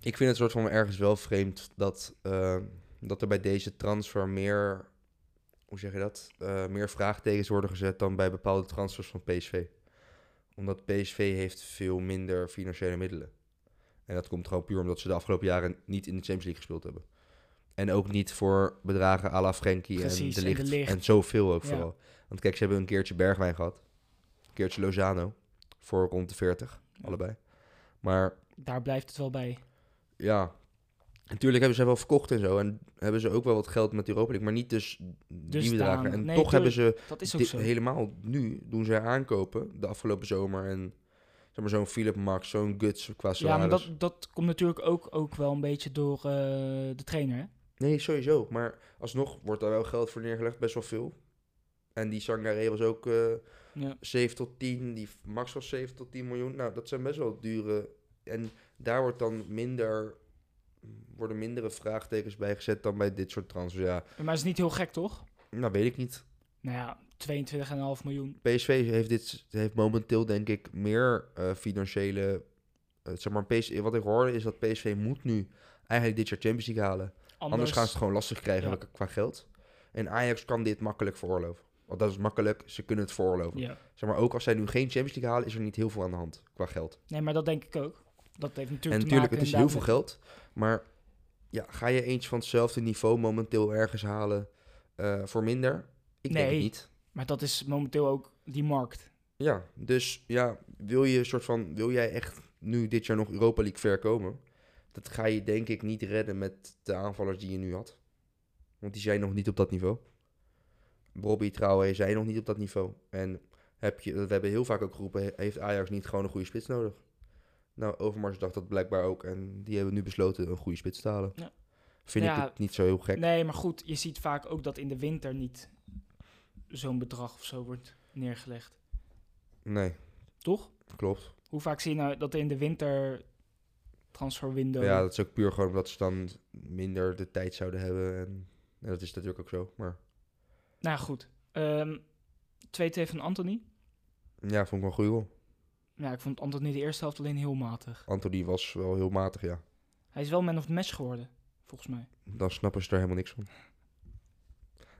Speaker 1: Ik vind het soort van ergens wel vreemd dat, eh, dat er bij deze transfer meer. Hoe zeg je dat? Eh, meer vraagtekens worden gezet dan bij bepaalde transfers van PSV. Omdat PSV heeft veel minder financiële middelen. En dat komt gewoon puur omdat ze de afgelopen jaren niet in de Champions League gespeeld hebben. En ook niet voor bedragen à la Frenkie
Speaker 2: Precies,
Speaker 1: en de
Speaker 2: en
Speaker 1: licht.
Speaker 2: De Ligt.
Speaker 1: En zoveel ook
Speaker 2: Ja.
Speaker 1: vooral. Want kijk, ze hebben een keertje Bergwijn gehad. Een keertje Lozano. Voor rond de 40, allebei. Maar
Speaker 2: Daar blijft het wel bij.
Speaker 1: ja, natuurlijk hebben ze wel verkocht en zo. En hebben ze ook wel wat geld met Europa League. Maar niet dus die
Speaker 2: Dus
Speaker 1: bedragen.
Speaker 2: daarom.
Speaker 1: En
Speaker 2: Nee,
Speaker 1: toch hebben ze
Speaker 2: Dat is ook
Speaker 1: dit,
Speaker 2: zo.
Speaker 1: helemaal nu doen zij aankopen de afgelopen zomer en zeg maar zo'n Philip Max, zo'n Guts qua
Speaker 2: Ja, maar
Speaker 1: salaris.
Speaker 2: dat, dat komt natuurlijk ook, ook wel een beetje door eh, de trainer, hè?
Speaker 1: Nee, sowieso. Maar alsnog wordt daar wel geld voor neergelegd, best wel veel. En die Sangaré was ook eh
Speaker 2: Ja.
Speaker 1: 7 tot 10, die Max was 7 tot 10 miljoen. Nou, dat zijn best wel dure. En daar wordt dan minder, worden mindere vraagtekens bij gezet dan bij dit soort transfers. Ja,
Speaker 2: Maar is niet heel gek, toch?
Speaker 1: nou weet ik niet.
Speaker 2: Nou ja, 22,5 miljoen.
Speaker 1: PSV heeft, dit, heeft momenteel denk ik meer eh, financiële... eh, zeg maar, PSV, wat ik hoorde is dat PSV moet nu eigenlijk dit jaar Champions League halen. Anders, gaan ze het gewoon lastig krijgen
Speaker 2: Ja.
Speaker 1: qua- qua geld. En Ajax kan dit makkelijk veroorloven. Want dat is makkelijk, ze kunnen het veroorloven.
Speaker 2: Ja.
Speaker 1: Zeg maar, ook als zij nu geen Champions League halen, is er niet heel veel aan de hand qua geld.
Speaker 2: Nee, maar dat denk ik ook. Dat heeft natuurlijk
Speaker 1: en
Speaker 2: te
Speaker 1: natuurlijk,
Speaker 2: maken
Speaker 1: het is heel
Speaker 2: inderdaad
Speaker 1: veel
Speaker 2: met-
Speaker 1: geld. Maar ja, ga je eens van hetzelfde niveau momenteel ergens halen eh, voor minder? Ik denk
Speaker 2: Nee.
Speaker 1: het niet.
Speaker 2: Maar dat is momenteel ook die markt.
Speaker 1: Ja, dus ja, wil je een soort van, wil jij echt nu dit jaar nog Europa League ver komen? Dat ga je denk ik niet redden met de aanvallers die je nu had. Want die zijn nog niet op dat niveau. Bobby Trouwens zijn nog niet op dat niveau. En heb je, dat hebben we heel vaak ook geroepen, he- heeft Ajax niet gewoon een goede spits nodig? Nou, Overmars dacht dat blijkbaar ook. En die hebben nu besloten een goede spits te halen.
Speaker 2: Ja.
Speaker 1: Vind
Speaker 2: Ja.
Speaker 1: ik het niet zo heel gek.
Speaker 2: Nee, maar goed, je ziet vaak ook dat in de winter niet zo'n bedrag of zo wordt neergelegd.
Speaker 1: nee
Speaker 2: Toch?
Speaker 1: klopt.
Speaker 2: Hoe vaak zie je nou dat er in de winter transferwindow...
Speaker 1: Ja, dat is ook puur gewoon omdat ze dan minder de tijd zouden hebben. En, en dat is natuurlijk ook zo. Maar
Speaker 2: Nou goed, Ehm 2-2 van Anthony.
Speaker 1: ja, vond ik wel een goede goal.
Speaker 2: Ja, ik vond Anthony de eerste helft alleen heel matig.
Speaker 1: Anthony was wel heel matig, ja.
Speaker 2: Hij is wel man of the match geworden, volgens mij.
Speaker 1: Dan snappen ze er helemaal niks van.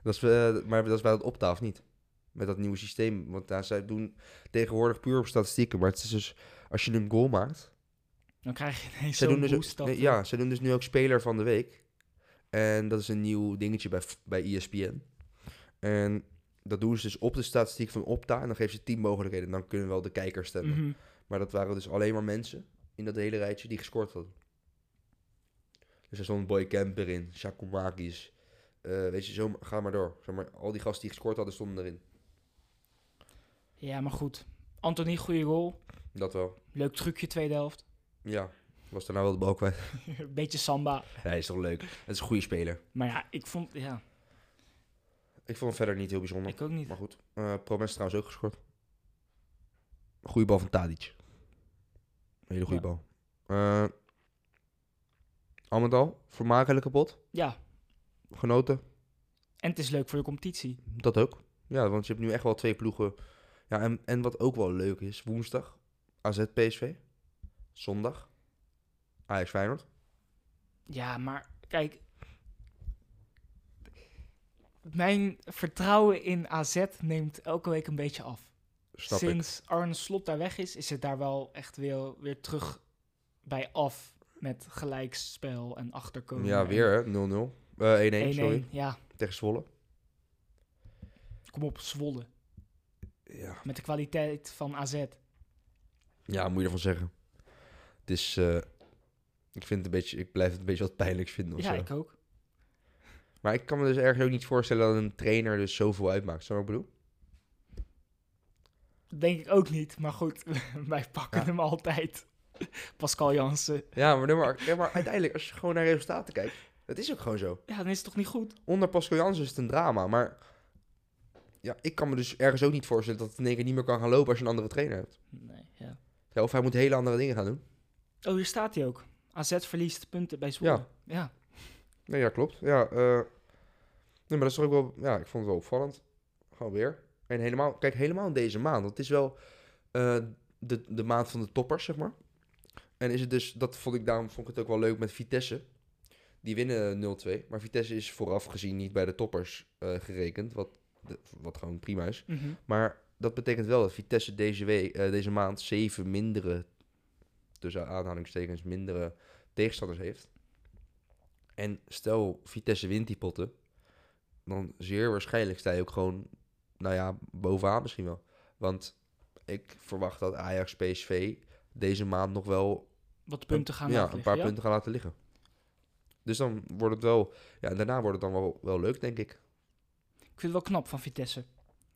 Speaker 1: Dat is, eh, maar dat is bij dat opta of niet? Met dat nieuwe systeem. Want daar zij doen tegenwoordig puur op statistieken. Maar het is dus, als je een goal maakt...
Speaker 2: Dan krijg je ineens
Speaker 1: Zij
Speaker 2: zo'n
Speaker 1: doen, dus,
Speaker 2: boost. eh?
Speaker 1: ook- nee, ja, zij doen dus nu ook speler van de week. En dat is een nieuw dingetje bij, f- bij E ESPN. En dat doen ze dus op de statistiek van Opta. En dan geven ze tien mogelijkheden. En dan kunnen wel de kijkers stemmen.
Speaker 2: Mhm.
Speaker 1: Maar dat waren dus alleen maar mensen in dat hele rijtje die gescoord hadden. Dus er stond Boy Camper in, Shakumakis. eh, weet je, zo, maar- ga maar door. Zeg maar, al die gasten die gescoord hadden stonden erin.
Speaker 2: Ja, maar goed. Anthony, goede goal.
Speaker 1: Dat wel.
Speaker 2: Leuk trucje, tweede helft.
Speaker 1: Ja, was daarna wel de bal kwijt.
Speaker 2: Beetje samba.
Speaker 1: Hij is toch leuk. Het is een goede speler.
Speaker 2: Maar ja, ik vond... Ja,
Speaker 1: Ik vond hem verder niet heel bijzonder.
Speaker 2: ik ook niet.
Speaker 1: Maar goed, eh Promes is trouwens ook gescoord. Goeie bal van Tadic. Een hele goede
Speaker 2: Ja.
Speaker 1: bal. Eh al met al, vermakelijke pot.
Speaker 2: Ja,
Speaker 1: Genoten,
Speaker 2: en het is leuk voor de competitie.
Speaker 1: dat ook. Ja, want je hebt nu echt wel twee ploegen. Ja, en, en wat ook wel leuk is, woensdag AZ PSV. Zondag Ajax Feyenoord.
Speaker 2: Ja, maar kijk. Mijn vertrouwen in AZ neemt elke week een beetje af.
Speaker 1: Snap ik.
Speaker 2: Sinds Arne Slot daar weg is, is het daar wel echt weer, weer terug bij af. Met gelijkspel en achterkomen.
Speaker 1: Ja,
Speaker 2: en
Speaker 1: weer hè, 0-0. Eh, 1-1,
Speaker 2: 1-1.
Speaker 1: sorry.
Speaker 2: Ja,
Speaker 1: Tegen Zwolle.
Speaker 2: kom op, Zwolle.
Speaker 1: Ja.
Speaker 2: Met de kwaliteit van AZ.
Speaker 1: Ja, moet je ervan zeggen. Het is. eh, ik, vind het een beetje, ik blijf het een beetje wat pijnlijks vinden. Of
Speaker 2: Ja,
Speaker 1: zo.
Speaker 2: ik ook.
Speaker 1: Maar ik kan me dus ergens ook niet voorstellen dat een trainer dus zoveel uitmaakt. Snap je wat ik bedoel?
Speaker 2: Dat denk ik ook niet, maar goed, wij pakken
Speaker 1: Ja.
Speaker 2: hem altijd. Pascal Jansen.
Speaker 1: Ja, maar, nee, maar, nee, maar uiteindelijk, als je gewoon naar resultaten kijkt, dat is ook gewoon zo.
Speaker 2: Ja, dan is het toch niet goed?
Speaker 1: Onder Pascal Jansen is het een drama, maar ja, ik kan me dus ergens ook niet voorstellen dat het in één keer niet meer kan gaan lopen als je een andere trainer hebt.
Speaker 2: Nee, ja.
Speaker 1: Ja, of hij moet hele andere dingen gaan doen.
Speaker 2: Oh, hier staat hij ook. AZ verliest punten bij Zwolle. Ja.
Speaker 1: Nee, ja, klopt. Ja, eh, nee, maar dat is toch ook wel, ja, ik vond het wel opvallend. Gewoon weer. En helemaal, kijk, helemaal in deze maand, want het is wel eh, de, de maand van de toppers, zeg maar. En is het dus, dat vond ik, daarom vond ik het ook wel leuk met Vitesse. Die winnen eh, 0-2, maar Vitesse is vooraf gezien niet bij de toppers eh, gerekend, wat, de- wat gewoon prima is.
Speaker 2: Mhm.
Speaker 1: Maar dat betekent wel dat Vitesse deze, week, eh, deze maand zeven mindere, tussen aanhalingstekens, mindere tegenstanders heeft. En stel, Vitesse wint die potten. Dan zeer waarschijnlijk sta je ook gewoon, nou ja, bovenaan misschien wel. Want ik verwacht dat Ajax PSV deze maand nog wel
Speaker 2: Wat punten gaan
Speaker 1: ja,
Speaker 2: laten
Speaker 1: een
Speaker 2: liggen,
Speaker 1: paar
Speaker 2: ja?
Speaker 1: punten gaan laten liggen. Dus dan wordt het wel, ja, en daarna wordt het dan wel, wel leuk, denk ik.
Speaker 2: Ik vind het wel knap van Vitesse.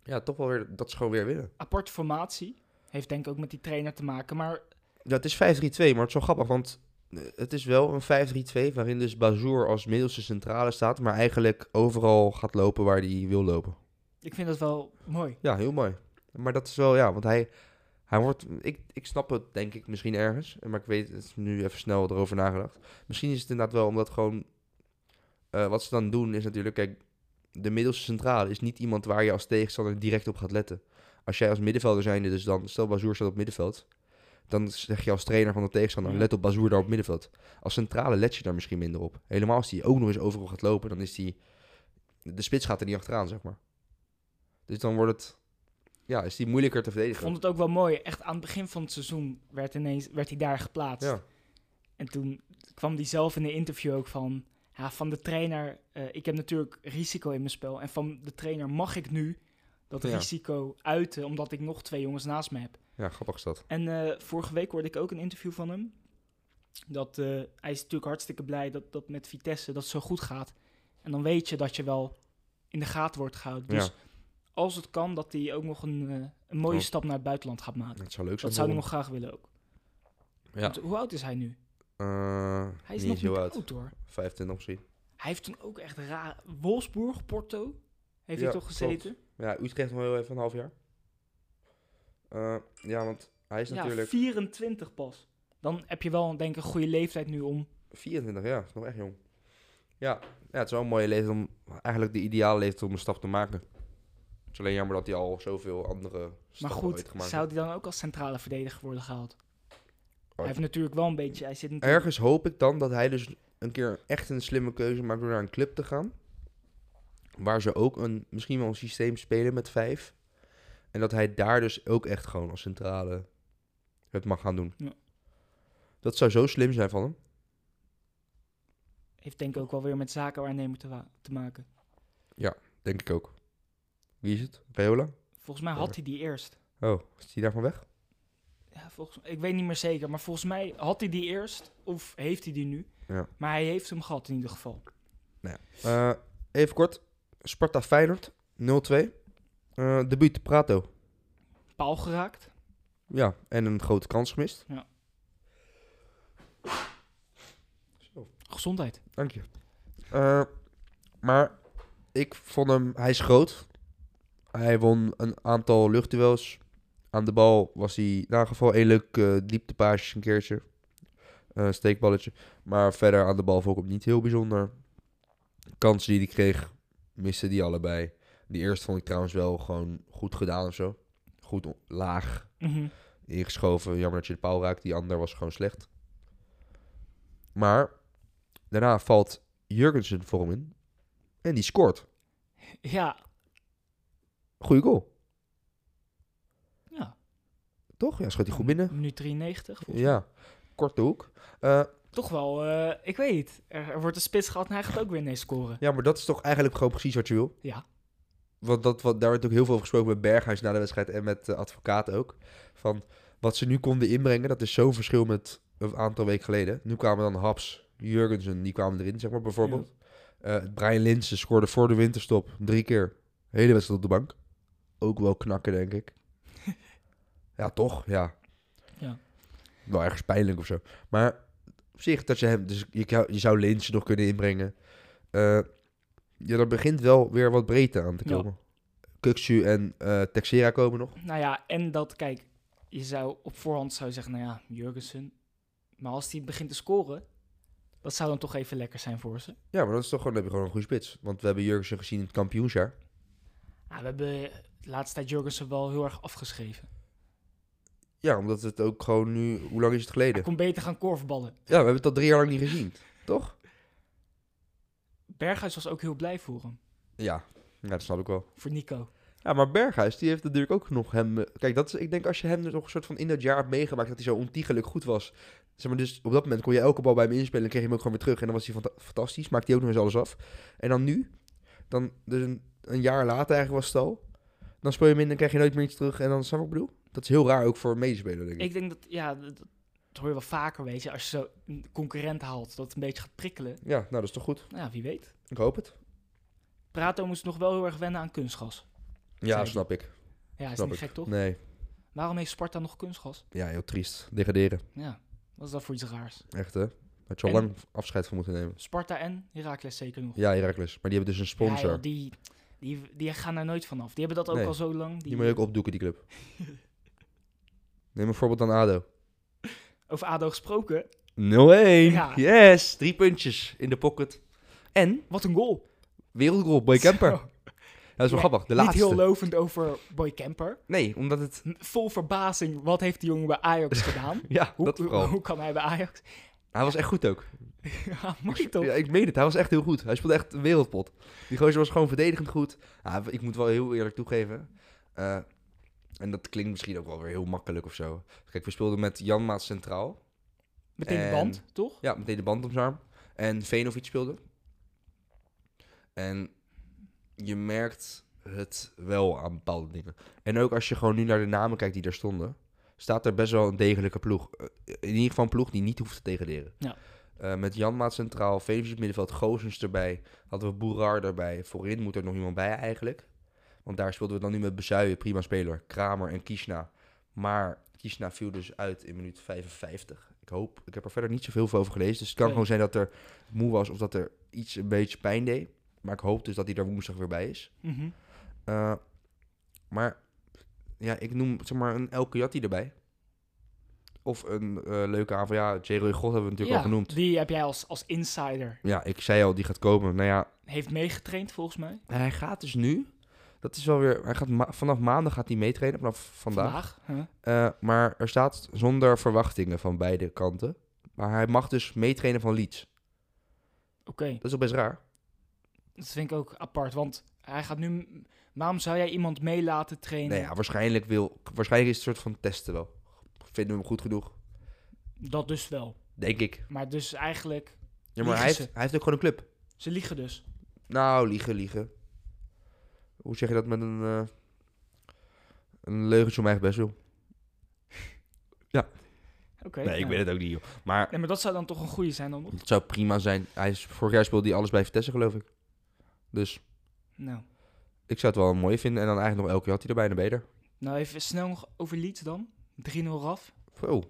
Speaker 1: Ja, toch wel weer, dat ze gewoon weer winnen.
Speaker 2: Aparte formatie. Heeft denk ik ook met die trainer te maken. Maar
Speaker 1: Ja, het is 5-3-2, maar het is wel grappig, want eh, het is wel een 5-3-2 waarin dus Bazour als middelste centrale staat, maar eigenlijk overal gaat lopen waar hij wil lopen.
Speaker 2: ik vind dat wel mooi.
Speaker 1: Ja, heel mooi. Maar dat is wel, ja, want hij, hij wordt, ik, ik snap het denk ik misschien ergens, maar ik weet het is nu even snel erover nagedacht. Misschien is het inderdaad wel omdat gewoon, eh, wat ze dan doen is natuurlijk, kijk, de middelste centrale is niet iemand waar je als tegenstander direct op gaat letten. Als jij als middenvelder zijnde, dus dan, stel Bazoer staat op middenveld, dan zeg je als trainer van de tegenstander,
Speaker 2: Ja.
Speaker 1: let op Bazoer daar op middenveld. Als centrale let je daar misschien minder op. Helemaal als die ook nog eens overal gaat lopen, dan is die, de spits gaat er niet achteraan, zeg maar. Dus dan wordt het, ja, is die moeilijker te
Speaker 2: Ik
Speaker 1: verdedigen.
Speaker 2: vond het ook wel mooi. Echt aan het begin van het seizoen werd, ineens, werd hij daar geplaatst.
Speaker 1: Ja.
Speaker 2: En toen kwam hij zelf in een interview ook van... Ja, van de trainer... eh, ik heb natuurlijk risico in mijn spel. En van de trainer mag ik nu dat
Speaker 1: Ja.
Speaker 2: risico uiten... omdat ik nog twee jongens naast me heb.
Speaker 1: ja, grappig is dat.
Speaker 2: En eh, vorige week hoorde ik ook een interview van hem. Dat, eh, hij is natuurlijk hartstikke blij dat, dat met Vitesse dat zo goed gaat. En dan weet je dat je wel in de gaten wordt gehouden. Dus
Speaker 1: ja,
Speaker 2: als het kan, dat hij ook nog een, eh, een mooie
Speaker 1: Oh.
Speaker 2: stap naar het buitenland gaat maken.
Speaker 1: dat zou leuk zijn.
Speaker 2: Dat zou ik
Speaker 1: voor
Speaker 2: nog graag willen ook.
Speaker 1: hem.
Speaker 2: Want hoe oud is hij nu?
Speaker 1: Ja.
Speaker 2: Hij is
Speaker 1: Eh, niet
Speaker 2: nog niet
Speaker 1: heel oud.
Speaker 2: oud hoor.
Speaker 1: 25 misschien.
Speaker 2: Hij heeft toen ook echt raar... Wolfsburg, Porto, heeft
Speaker 1: Ja,
Speaker 2: hij toch gezeten?
Speaker 1: Ja, Utrecht nog heel even een half jaar. Eh, ja, want hij is
Speaker 2: Ja,
Speaker 1: natuurlijk
Speaker 2: 24 pas. Dan heb je wel denk ik een goede leeftijd nu om...
Speaker 1: 24, ja, is nog echt jong. Ja, ja, het is wel een mooie leeftijd om, eigenlijk de ideale leeftijd om een stap te maken. Het is alleen jammer dat hij al zoveel andere
Speaker 2: Maar
Speaker 1: stappen
Speaker 2: goed,
Speaker 1: heeft gemaakt.
Speaker 2: zou die dan ook als centrale verdediger worden gehaald? Hij
Speaker 1: ik-
Speaker 2: heeft natuurlijk wel een beetje... Hij zit natuurlijk,
Speaker 1: Ergens hoop ik dan dat hij dus een keer echt een slimme keuze maakt door naar een club te gaan. Waar ze ook een, misschien wel een systeem spelen met vijf. En dat hij daar dus ook echt gewoon als centrale het mag gaan doen.
Speaker 2: Ja.
Speaker 1: Dat zou zo slim zijn van hem.
Speaker 2: heeft denk ik ook wel weer met zakenwaarnemer te, wa- te maken.
Speaker 1: Denk ik ook. Wie is het? Reola?
Speaker 2: Volgens mij had hij die eerst.
Speaker 1: Oh, is die daarvan weg?
Speaker 2: Ja, volgens, ik weet niet meer zeker, maar volgens mij had hij die eerst. Of heeft hij die nu.
Speaker 1: Ja.
Speaker 2: Maar hij heeft hem gehad in ieder geval.
Speaker 1: Eh, even kort. Sparta Feyenoord, 0-2. Eh debuut Prato.
Speaker 2: Paal geraakt.
Speaker 1: Ja, en een grote kans gemist.
Speaker 2: Ja.
Speaker 1: Zo,
Speaker 2: Gezondheid.
Speaker 1: dank je. Eh, maar ik vond hem, hij is groot. Hij won een aantal luchtduels. Aan de bal was hij, in ieder geval, één leuk eh dieptepaasje een keertje. Eh steekballetje. Maar verder aan de bal vond ik hem niet heel bijzonder. Kansen die hij kreeg, miste die allebei. Die eerste vond ik trouwens wel gewoon goed gedaan of zo. Goed o- laag
Speaker 2: Mhm.
Speaker 1: ingeschoven. Jammer dat je de paal raakt. Die ander was gewoon slecht. Maar daarna valt Jurgensen voor hem in. En die scoort.
Speaker 2: Ja,
Speaker 1: Goeie goal.
Speaker 2: ja.
Speaker 1: Toch? Ja, schoot hij goed binnen.
Speaker 2: Nu 93. volgens mij.
Speaker 1: Ja, korte hoek. Eh,
Speaker 2: Toch wel, eh, ik weet. het. Er, er wordt een spits gehad en hij gaat ook weer nee scoren.
Speaker 1: ja, maar dat is toch eigenlijk gewoon precies wat je wil?
Speaker 2: Ja.
Speaker 1: Want dat, wat, daar werd ook heel veel over gesproken met Berghuis na de wedstrijd en met de advocaat ook. Van wat ze nu konden inbrengen, dat is zo'n verschil met een aantal weken geleden. Nu kwamen dan Haps, Jurgensen, die kwamen erin, zeg maar bijvoorbeeld. Eh, Brian Linsen scoorde voor de winterstop drie keer. Hele wedstrijd op de bank. Ook wel knakken, denk ik. ja, toch? Ja.
Speaker 2: Ja.
Speaker 1: Wel ergens pijnlijk of zo. Maar op zich, dat je hem... Dus je, kou- je zou Linsen nog kunnen inbrengen. Eh, ja, er begint wel weer wat breedte aan te
Speaker 2: Ja.
Speaker 1: komen. Kuksu en eh, Texera komen nog.
Speaker 2: Nou ja, en dat, kijk, je zou op voorhand zou je zeggen, nou ja, Jurgensen. Maar als hij begint te scoren, dat zou dan toch even lekker zijn voor ze.
Speaker 1: Ja, maar dat is toch gewoon, dan heb je gewoon een goede spits. Want we hebben Jurgensen gezien in het kampioensjaar.
Speaker 2: Nou, we hebben de laatste tijd Jurgensen wel heel erg afgeschreven.
Speaker 1: Ja, omdat het ook gewoon nu... Hoe lang is het geleden?
Speaker 2: Hij kon beter gaan korfballen.
Speaker 1: Ja, we hebben het al drie jaar lang niet gezien. Toch?
Speaker 2: Berghuis was ook heel blij voor hem,
Speaker 1: Ja. ja, dat snap ik wel.
Speaker 2: voor Nico.
Speaker 1: Ja, maar Berghuis, die heeft natuurlijk ook nog hem... eh, Kijk, dat is, ik denk als je hem dus nog een soort van in dat jaar hebt meegemaakt... dat hij zo ontiegelijk goed was. Zeg maar, dus op dat moment kon je elke bal bij hem inspelen... en kreeg je hem ook gewoon weer terug. En dan was hij fanta- fantastisch, maakte hij ook nog eens alles af. En dan nu, dan, dus een, een jaar later eigenlijk was het al... dan speel je hem in en krijg je nooit meer iets terug. En dan, snap je wat ik bedoel? Dat is heel raar ook voor medespeler, denk ik.
Speaker 2: Ik denk dat, ja, dat, dat hoor je wel vaker, weet je. Als je zo een concurrent haalt, dat het een beetje gaat prikkelen.
Speaker 1: Ja, nou, dat is toch goed.
Speaker 2: Nou ja, wie weet.
Speaker 1: Ik hoop het.
Speaker 2: Prato moest nog wel heel erg wennen aan kunstgas.
Speaker 1: Ja,
Speaker 2: Zeker.
Speaker 1: snap ik.
Speaker 2: Ja, is
Speaker 1: Snap
Speaker 2: niet
Speaker 1: ik.
Speaker 2: gek, toch?
Speaker 1: Nee,
Speaker 2: Waarom heeft Sparta nog kunstgas?
Speaker 1: ja, heel triest. Degraderen.
Speaker 2: Ja, wat is dat voor iets raars?
Speaker 1: Echt, hè? Had je al
Speaker 2: En-
Speaker 1: lang afscheid van moeten nemen.
Speaker 2: Sparta en Heracles zeker nog.
Speaker 1: Ja, Heracles. Maar die hebben dus een sponsor.
Speaker 2: Ja, joh, die, die, die gaan er nooit vanaf. Die hebben dat ook
Speaker 1: Nee.
Speaker 2: al zo lang.
Speaker 1: Die moet je ook opdoeken, die club. Neem een voorbeeld aan ADO. 0-1.
Speaker 2: Over ADO gesproken. Ja.
Speaker 1: Yes! Drie puntjes in de pocket. En
Speaker 2: Wat een goal.
Speaker 1: wereldgoal, Boy Kemper.
Speaker 2: Zo.
Speaker 1: Dat is wel
Speaker 2: Ja,
Speaker 1: grappig. De
Speaker 2: Niet
Speaker 1: laatste.
Speaker 2: heel lovend over Boy Kemper.
Speaker 1: nee, omdat het...
Speaker 2: M- Vol verbazing, wat heeft die jongen bij Ajax gedaan?
Speaker 1: Ja,
Speaker 2: Hoe,
Speaker 1: dat
Speaker 2: hoe,
Speaker 1: vooral.
Speaker 2: hoe kan hij bij Ajax?
Speaker 1: Hij was echt goed ook.
Speaker 2: ja, mooi toch?
Speaker 1: Ja, ik meen het. Hij was echt heel goed. Hij speelde echt een wereldpot. Die gozer was gewoon verdedigend goed. Ja, ik moet wel heel eerlijk toegeven. eh, en dat klinkt misschien ook wel weer heel makkelijk of zo. Kijk, we speelden met Jan Maat Centraal.
Speaker 2: Meteen de
Speaker 1: en-
Speaker 2: band, toch?
Speaker 1: Ja, meteen de band om zijn arm. En Veenhoff iets speelde. En je merkt het wel aan bepaalde dingen. En ook als je gewoon nu naar de namen kijkt die daar stonden, staat er best wel een degelijke ploeg. Eh, In ieder geval een ploeg die niet hoeft te degraderen.
Speaker 2: Ja.
Speaker 1: Eh, met Janmaat centraal, Veenhoff op het middenveld, Gozens erbij. Hadden we Boerard erbij. Voorin moet er nog iemand bij eigenlijk. Want daar speelden we dan nu met Bezuijen, prima speler. Kramer en Kishna. Maar Kishna viel dus uit in minuut 55. Ik hoop, ik heb er verder niet zoveel over gelezen. Dus het kan
Speaker 2: Nee.
Speaker 1: gewoon zijn dat er moe was of dat er iets een beetje pijn deed. Maar ik hoop dus dat hij daar woensdag weer bij is.
Speaker 2: Mhm.
Speaker 1: Eh, maar ja, ik noem zeg maar een El Kayati erbij. Of een eh, leuke avond. Ja, Jeroen God hebben we natuurlijk
Speaker 2: Ja,
Speaker 1: al genoemd.
Speaker 2: Die heb jij als, als insider.
Speaker 1: Ja, ik zei al, die gaat komen. Nou ja,
Speaker 2: Heeft meegetraind volgens mij.
Speaker 1: en hij gaat dus nu. Dat is wel weer. Hij gaat ma- vanaf maandag gaat hij meetrainen, vanaf vandaag.
Speaker 2: Huh?
Speaker 1: Eh, maar er staat zonder verwachtingen van beide kanten. Maar hij mag dus meetrainen van Leeds.
Speaker 2: Oké,
Speaker 1: Dat is ook best raar.
Speaker 2: dat vind ik ook apart. Want hij gaat nu... Waarom zou jij iemand mee laten trainen?
Speaker 1: Nou ja, waarschijnlijk, wil, waarschijnlijk is het een soort van testen wel. Vinden we hem goed genoeg?
Speaker 2: Dat dus wel.
Speaker 1: Denk ik.
Speaker 2: Maar dus eigenlijk...
Speaker 1: Ja, maar hij
Speaker 2: Liegen
Speaker 1: heeft,
Speaker 2: ze.
Speaker 1: hij heeft ook gewoon een club.
Speaker 2: Ze liegen dus.
Speaker 1: Nou, liegen, liegen. Hoe zeg je dat met een... eh een leugentje om eigen best wil?
Speaker 2: Oké.
Speaker 1: Nee, ik
Speaker 2: nou.
Speaker 1: weet het ook niet, joh. Maar
Speaker 2: Nee, maar dat zou dan toch een goede zijn dan nog?
Speaker 1: het zou prima zijn. Hij is, vorig jaar speelde hij alles bij Vitesse, geloof ik. Dus
Speaker 2: Nou,
Speaker 1: ik zou het wel mooi vinden. En dan eigenlijk nog elke keer had hij erbij naar beter.
Speaker 2: nou even snel nog over Leeds dan. 3-0 af.
Speaker 1: Oh,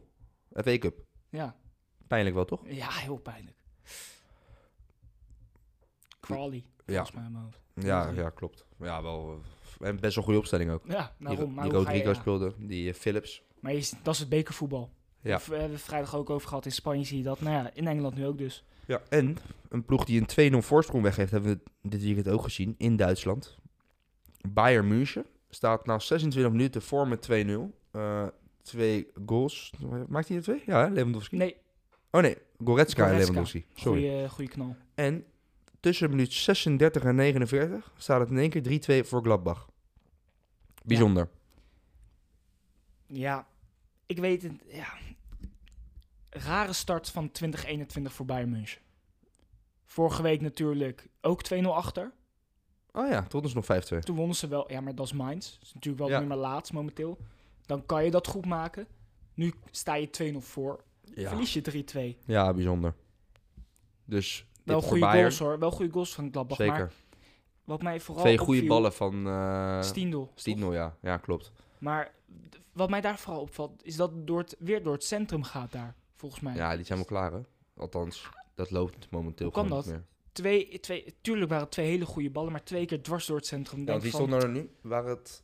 Speaker 1: FA Cup.
Speaker 2: Ja.
Speaker 1: Pijnlijk wel, toch?
Speaker 2: ja, heel pijnlijk. Crawley,
Speaker 1: Ja,
Speaker 2: volgens mij in mijn hoofd.
Speaker 1: ja, ja klopt. Ja, wel. eh, En best wel goede opstelling ook.
Speaker 2: Ja,
Speaker 1: Die,
Speaker 2: daarom. Maar,
Speaker 1: die
Speaker 2: hoe ga je-
Speaker 1: Rodrigo
Speaker 2: ja.
Speaker 1: speelde, die eh, Philips.
Speaker 2: maar je, dat is het bekervoetbal.
Speaker 1: Ja.
Speaker 2: Daar hebben we vrijdag ook over gehad. In Spanje zie je dat. Nou ja, in Engeland nu ook dus.
Speaker 1: Ja, en een ploeg die een 2-0 voorsprong weggeeft, hebben we dit weekend ook gezien in Duitsland. Bayern München staat na 26 minuten voor met 2-0. Eh, twee goals. Maakt hij er twee? Ja, hè? Lewandowski.
Speaker 2: Nee,
Speaker 1: Oh nee, Goretzka, en
Speaker 2: Goretzka.
Speaker 1: Lewandowski. Sorry.
Speaker 2: goede knal.
Speaker 1: En tussen minuut 36 en 49 staat het in één keer 3-2 voor Gladbach. Bijzonder.
Speaker 2: Ja, ik weet het. Ja. Rare start van 2021 voor Bayern München. Vorige week natuurlijk ook 2-0 achter.
Speaker 1: Oh ja, tot ons nog 5-2.
Speaker 2: Toen wonnen ze wel. Ja, maar dat is Mainz. Dat is natuurlijk wel
Speaker 1: Ja.
Speaker 2: nummer laatst momenteel. Dan kan je dat goed maken. Nu sta je 2-0 voor.
Speaker 1: Ja.
Speaker 2: Verlies je 3-2.
Speaker 1: ja, bijzonder. Dus dit
Speaker 2: Wel
Speaker 1: voor
Speaker 2: goede
Speaker 1: Bayern,
Speaker 2: goals hoor. Wel goede goals van Gladbach. Maar
Speaker 1: Zeker.
Speaker 2: wat mij vooral
Speaker 1: Twee goede
Speaker 2: opviel-
Speaker 1: ballen van eh
Speaker 2: Stindl.
Speaker 1: Stindl, ja. Ja, klopt.
Speaker 2: Maar d- wat mij daar vooral opvalt, is dat het door het, weer door het centrum gaat daar, volgens mij.
Speaker 1: Ja, die zijn wel klaar, hè? Althans, dat loopt momenteel
Speaker 2: Hoe kan
Speaker 1: gewoon
Speaker 2: dat?
Speaker 1: niet meer.
Speaker 2: Twee, twee, tuurlijk waren het twee hele goede ballen, maar twee keer dwars door het centrum.
Speaker 1: Ja,
Speaker 2: Denk
Speaker 1: want wie
Speaker 2: van,
Speaker 1: stond er nu? Waren het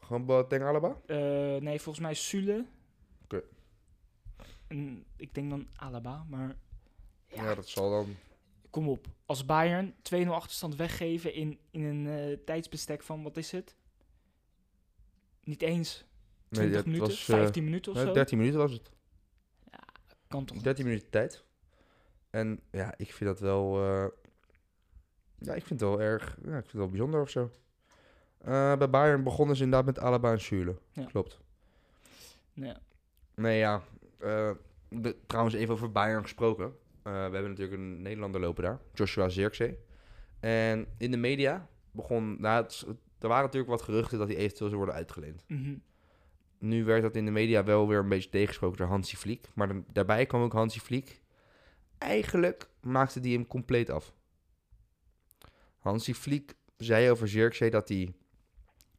Speaker 1: gewoon Boateng Alaba?
Speaker 2: eh, nee, volgens mij Sule.
Speaker 1: Oké.
Speaker 2: En ik denk dan Alaba, maar
Speaker 1: Ja.
Speaker 2: Ja.
Speaker 1: dat zal dan...
Speaker 2: kom op. Als Bayern 2-0 achterstand weggeven in, in een eh, tijdsbestek van, wat is het? Niet eens 20
Speaker 1: dat
Speaker 2: minuten,
Speaker 1: was, eh,
Speaker 2: 15 minuten of
Speaker 1: nee,
Speaker 2: zo.
Speaker 1: 13 minuten was het.
Speaker 2: Kan toch niet?
Speaker 1: 13 minuten tijd. En ja, ik vind dat wel... eh, Ja, ik vind het wel erg... Ja, ik vind het wel bijzonder of zo. Eh, bij Bayern begonnen ze inderdaad met Alaba en Schürrle.
Speaker 2: Ja.
Speaker 1: Klopt.
Speaker 2: Ja.
Speaker 1: Nee, ja. eh, de- trouwens, even over Bayern gesproken. Eh, we hebben natuurlijk een Nederlander lopen daar. Joshua Zirkzee. En in de media begon... Nou, het is- er waren natuurlijk wat geruchten dat hij eventueel zou worden uitgeleend.
Speaker 2: Mhm.
Speaker 1: Nu werd dat in de media wel weer een beetje tegengesproken door Hansi Flick. Maar dan- daarbij kwam ook Hansi Flick. Eigenlijk maakte die hem compleet af. Hansi Flick zei over Zirkzee dat hij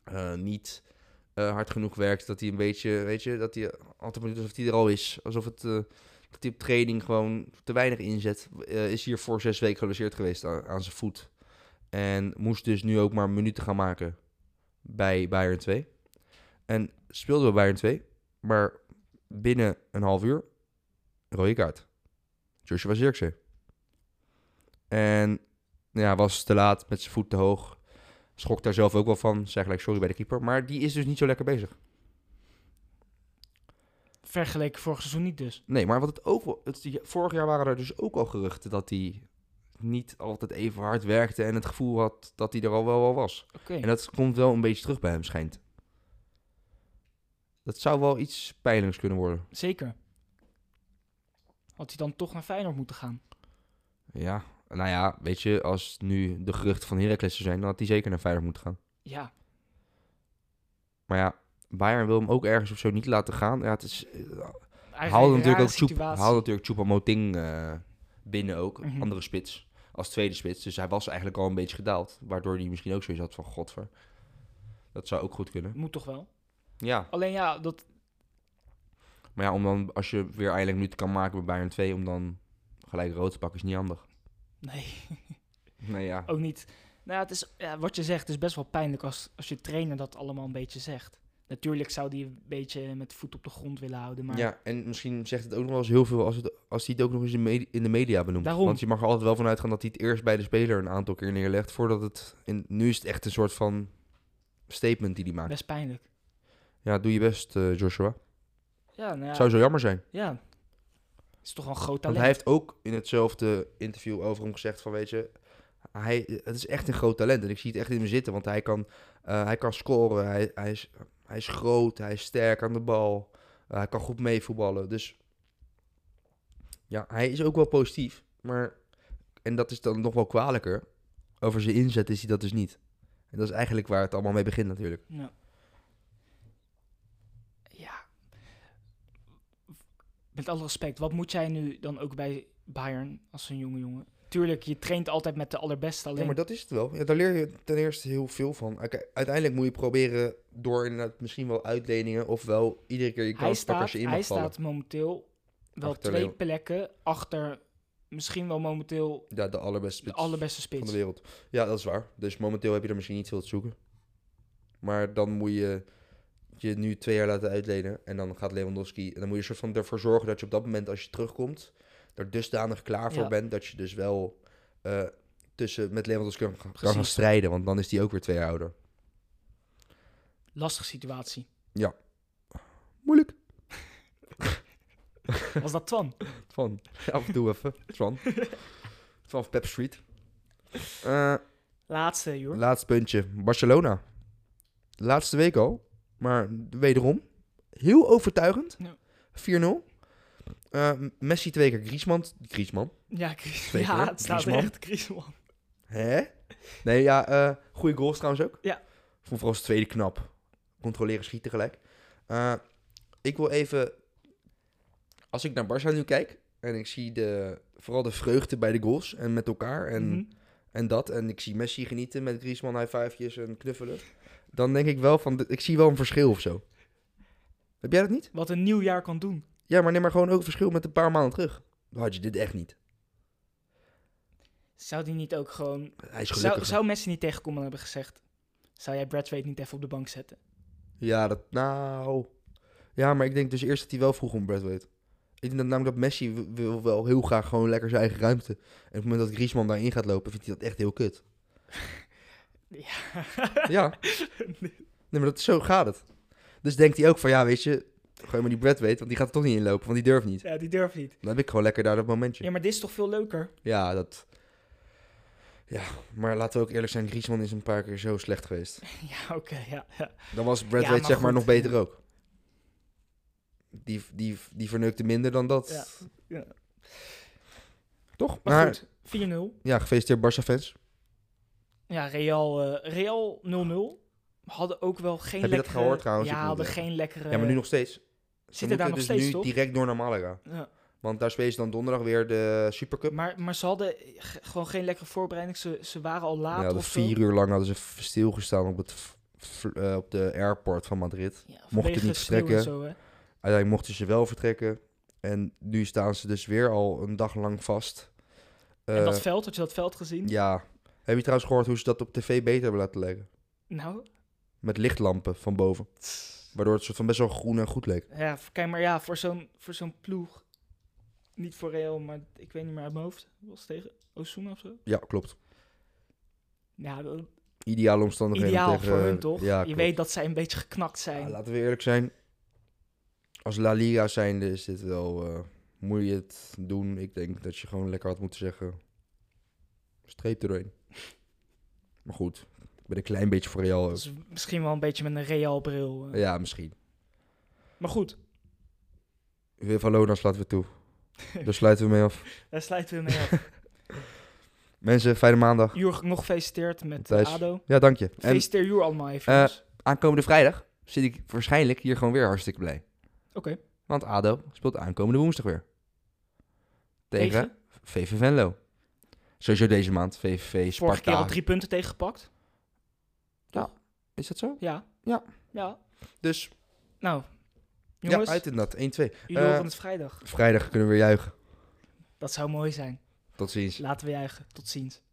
Speaker 1: eh, niet eh, hard genoeg werkt. Dat hij een beetje, weet je, dat hij altijd doet alsof hij er al is. Alsof het, eh, dat hij op training gewoon te weinig inzet. Eh, is hier voor zes weken gelanceerd geweest aan, aan zijn voet. En moest dus nu ook maar minuten gaan maken bij Bayern 2. En speelde bij Bayern 2, maar binnen een half uur rode kaart. Joshua Zirkzee. En ja, was te laat, met zijn voet te hoog. Schrok daar zelf ook wel van. Zei gelijk sorry bij de keeper. Maar die is dus niet zo lekker bezig.
Speaker 2: Vergeleken vorig seizoen niet dus.
Speaker 1: Nee, maar wat het ook wel... Het, die- vorig jaar waren er dus ook al geruchten dat hij niet altijd even hard werkte... en het gevoel had dat hij er al wel wel was.
Speaker 2: Oké.
Speaker 1: En dat komt wel een beetje terug bij hem, schijnt. Dat zou wel iets pijnlijks kunnen worden.
Speaker 2: Zeker. Had hij dan toch naar Feyenoord moeten gaan?
Speaker 1: Ja, nou ja, weet je, als nu de geruchten van Heracles er zijn, dan had hij zeker naar Feyenoord moeten gaan.
Speaker 2: Ja.
Speaker 1: Maar ja, Bayern wil hem ook ergens of zo niet laten gaan. Ja, het is, eh,
Speaker 2: Eigenlijk
Speaker 1: haalde
Speaker 2: een
Speaker 1: natuurlijk
Speaker 2: rare
Speaker 1: ook Chup,
Speaker 2: situatie.
Speaker 1: haalde natuurlijk Choupo-Moting eh, binnen ook,
Speaker 2: Mhm.
Speaker 1: andere spits, als tweede spits. Dus hij was eigenlijk al een beetje gedaald, waardoor hij misschien ook zoiets had van godver. Dat zou ook goed kunnen.
Speaker 2: Moet toch wel?
Speaker 1: Ja,
Speaker 2: Alleen ja, dat...
Speaker 1: maar ja, om dan, als je weer eindelijk minuten kan maken bij Bayern 2, om dan gelijk rood te pakken, is niet handig.
Speaker 2: Nee,
Speaker 1: Nee, ja.
Speaker 2: ook niet. Nou ja, het is, ja, wat je zegt is best wel pijnlijk als, als je trainer dat allemaal een beetje zegt. Natuurlijk zou die een beetje met voet op de grond willen houden, maar...
Speaker 1: Ja, en misschien zegt het ook nog wel eens heel veel als, het, als hij het ook nog eens in, medi- in de media benoemt.
Speaker 2: Daarom.
Speaker 1: Want je mag er altijd wel vanuit gaan dat hij het eerst bij de speler een aantal keer neerlegt. Voordat het. En nu is het echt een soort van statement die hij maakt.
Speaker 2: Best pijnlijk.
Speaker 1: Ja, doe je best, eh, Joshua.
Speaker 2: Ja, nou ja.
Speaker 1: Zou zo jammer zijn.
Speaker 2: ja. Is toch wel een groot
Speaker 1: Want
Speaker 2: talent.
Speaker 1: hij heeft ook in hetzelfde interview over hem gezegd: van weet je. Hij, het is echt een groot talent en ik zie het echt in hem zitten. Want hij kan, eh, hij kan scoren, hij, hij, is, hij is groot, hij is sterk aan de bal. eh, hij kan goed meevoetballen. Dus ja, hij is ook wel positief. Maar, en dat is dan nog wel kwalijker. Over zijn inzet is hij dat dus niet. En dat is eigenlijk waar het allemaal mee begint natuurlijk.
Speaker 2: Ja. Nou. Ja. Met alle respect, wat moet jij nu dan ook bij Bayern als een jonge jongen? Tuurlijk, je traint altijd met de allerbeste alleen.
Speaker 1: Ja, maar dat is het wel. Ja, daar leer je ten eerste heel veel van. Oké, Uiteindelijk moet je proberen door inderdaad misschien wel uitleningen... of wel iedere keer je
Speaker 2: hij
Speaker 1: kans pakken
Speaker 2: staat,
Speaker 1: als je in mag
Speaker 2: hij
Speaker 1: vallen.
Speaker 2: staat momenteel wel
Speaker 1: Achter
Speaker 2: twee
Speaker 1: Leo.
Speaker 2: plekken achter misschien wel momenteel
Speaker 1: Ja, de allerbeste
Speaker 2: de
Speaker 1: spits
Speaker 2: allerbeste
Speaker 1: van de
Speaker 2: spits.
Speaker 1: wereld. Ja, dat is waar. Dus momenteel heb je er misschien niet veel te zoeken. Maar dan moet je je nu twee jaar laten uitlenen. En dan gaat Lewandowski... En dan moet je soort van ervoor zorgen dat je op dat moment als je terugkomt... er dusdanig klaar voor
Speaker 2: Ja.
Speaker 1: bent dat je dus wel... eh, tussen met Lewandowski kan, kan gaan
Speaker 2: Precies.
Speaker 1: strijden. Want dan is die ook weer twee jaar ouder.
Speaker 2: Lastige situatie.
Speaker 1: Moeilijk.
Speaker 2: Was dat Twan?
Speaker 1: Van, af en toe even. Van. Vanaf Pep Street. Eh,
Speaker 2: Laatste, joh.
Speaker 1: laatste puntje. Barcelona. Laatste week al. Maar wederom. Heel overtuigend.
Speaker 2: Ja.
Speaker 1: 4-0. Eh, Messi twee keer Griezmann. Griezmann.
Speaker 2: ja, Chris-
Speaker 1: Twee
Speaker 2: ja,
Speaker 1: keer,
Speaker 2: het staat
Speaker 1: Griezmann.
Speaker 2: echt Griezmann.
Speaker 1: Hè? Nee, ja. eh goede goals trouwens ook.
Speaker 2: Ja.
Speaker 1: Vroeger als tweede knap. Controleren, schieten gelijk. Eh, ik wil even... Als ik naar Barça nu kijk... En ik zie de, vooral de vreugde bij de goals. En met elkaar. En...
Speaker 2: Mhm.
Speaker 1: en dat. En ik zie Messi genieten met Griezmann, high fivejes en knuffelen. Dan denk ik wel van, d- ik zie wel een verschil of zo. Heb jij dat niet?
Speaker 2: Wat een nieuw jaar kan doen.
Speaker 1: Ja, maar neem maar gewoon ook een verschil met een paar maanden terug. Dan had je dit echt niet.
Speaker 2: Zou die niet ook gewoon
Speaker 1: Hij is
Speaker 2: Zou,
Speaker 1: gelukkig.
Speaker 2: zou Messi niet tegenkomen hebben gezegd... Zou jij Brathwaite niet even op de bank zetten?
Speaker 1: Ja, dat, nou... Ja, maar ik denk dus eerst dat hij wel vroeg om Bradway. Ik denk dat namelijk dat Messi w- wil wel heel graag gewoon lekker zijn eigen ruimte. En op het moment dat Griezmann daarin gaat lopen, vindt hij dat echt heel kut.
Speaker 2: Ja.
Speaker 1: Ja. Nee, maar dat, zo gaat het. Dus denkt hij ook van, ja, weet je... Gooi maar die Bradway, want die gaat er toch niet in lopen, want die durft niet.
Speaker 2: ja, die durft niet.
Speaker 1: Dan heb ik gewoon lekker daar dat momentje.
Speaker 2: Ja, maar dit is toch veel leuker?
Speaker 1: Ja, dat. Maar laten we ook eerlijk zijn, Griezmann is een paar keer zo slecht geweest.
Speaker 2: Ja, oké, ja, ja.
Speaker 1: Dan was
Speaker 2: Ja,
Speaker 1: Brad Wade
Speaker 2: maar
Speaker 1: zeg maar
Speaker 2: goed,
Speaker 1: nog beter ook. Die, die, die verneukte minder dan dat.
Speaker 2: Ja, ja.
Speaker 1: Toch?
Speaker 2: Maar, goed, 4-0.
Speaker 1: ja, gefeliciteerd Barca fans.
Speaker 2: Ja, Real, eh, Real 0-0. Hadden ook wel geen
Speaker 1: Heb je dat
Speaker 2: lekkere...
Speaker 1: gehoord trouwens?
Speaker 2: Ja,
Speaker 1: Ik moet
Speaker 2: hadden
Speaker 1: zeggen.
Speaker 2: geen lekkere...
Speaker 1: ja, maar nu nog steeds. Ze
Speaker 2: Zitten
Speaker 1: moeten
Speaker 2: Eh, daar nog
Speaker 1: dus
Speaker 2: steeds,
Speaker 1: nu
Speaker 2: toch?
Speaker 1: direct door naar Malaga.
Speaker 2: Ja.
Speaker 1: Want daar spelen ze dan donderdag weer de Supercup.
Speaker 2: Maar, maar ze hadden g- gewoon geen lekkere voorbereiding. Ze, ze waren al laat
Speaker 1: Ja, de
Speaker 2: of zo.
Speaker 1: vier uur lang hadden ze f- stilgestaan op, het, f- f- eh, op de airport van Madrid.
Speaker 2: Ja,
Speaker 1: mochten
Speaker 2: vanwege
Speaker 1: niet
Speaker 2: sneeuw en
Speaker 1: vertrekken.
Speaker 2: Zo, hè.
Speaker 1: Uiteindelijk mochten ze wel vertrekken. En nu staan ze dus weer al een dag lang vast.
Speaker 2: en dat
Speaker 1: Eh,
Speaker 2: veld, had je dat veld gezien?
Speaker 1: Ja. Heb je trouwens gehoord hoe ze dat op tv beter hebben laten lijken?
Speaker 2: Nou,
Speaker 1: Met lichtlampen van boven. Waardoor het soort van best wel groen en goed leek.
Speaker 2: ja, v- kijk maar, ja, voor zo'n voor zo'n ploeg. Niet voor Real, maar ik weet niet meer uit mijn hoofd. Was het tegen Osuna of zo?
Speaker 1: Ja, klopt.
Speaker 2: Ja, dat-
Speaker 1: Ideale omstandigheden. om
Speaker 2: ideaal
Speaker 1: tegen, eh,
Speaker 2: voor hun toch?
Speaker 1: Ja,
Speaker 2: je
Speaker 1: klopt.
Speaker 2: weet dat zij een beetje geknakt zijn.
Speaker 1: Ja, laten we eerlijk zijn. Als La Liga zijnde is dit wel... eh, moet je het doen. Ik denk dat je gewoon lekker had moeten zeggen... Streep erheen. Maar goed. Ik ben een klein beetje voor Real. ook.
Speaker 2: dat is misschien wel een beetje met een Real-bril. eh.
Speaker 1: Ja, misschien.
Speaker 2: Maar goed,
Speaker 1: Valona slaat weer toe. Daar sluiten we mee af.
Speaker 2: daar sluiten we mee af.
Speaker 1: Mensen, fijne maandag.
Speaker 2: Jurg, nog gefeliciteerd met
Speaker 1: Thijs.
Speaker 2: eh, ADO.
Speaker 1: Ja, dank je. En Eh,
Speaker 2: Feliciteer Jurg allemaal even. jongens.
Speaker 1: aankomende vrijdag zit ik waarschijnlijk hier gewoon weer hartstikke blij.
Speaker 2: Oké,
Speaker 1: Want ADO speelt aankomende woensdag weer. Tegen,
Speaker 2: tegen.
Speaker 1: VV Venlo. Sowieso deze maand. VVV
Speaker 2: Vorige keer
Speaker 1: Sparta.
Speaker 2: al drie punten tegengepakt.
Speaker 1: Is dat zo?
Speaker 2: Ja.
Speaker 1: Ja.
Speaker 2: Ja.
Speaker 1: Dus,
Speaker 2: Nou, jongens,
Speaker 1: ja, uit inderdaad. 1, 2.
Speaker 2: jullie horen
Speaker 1: Eh,
Speaker 2: het vrijdag.
Speaker 1: Vrijdag kunnen we weer juichen.
Speaker 2: Dat zou mooi zijn.
Speaker 1: Tot ziens.
Speaker 2: Laten we juichen. Tot ziens.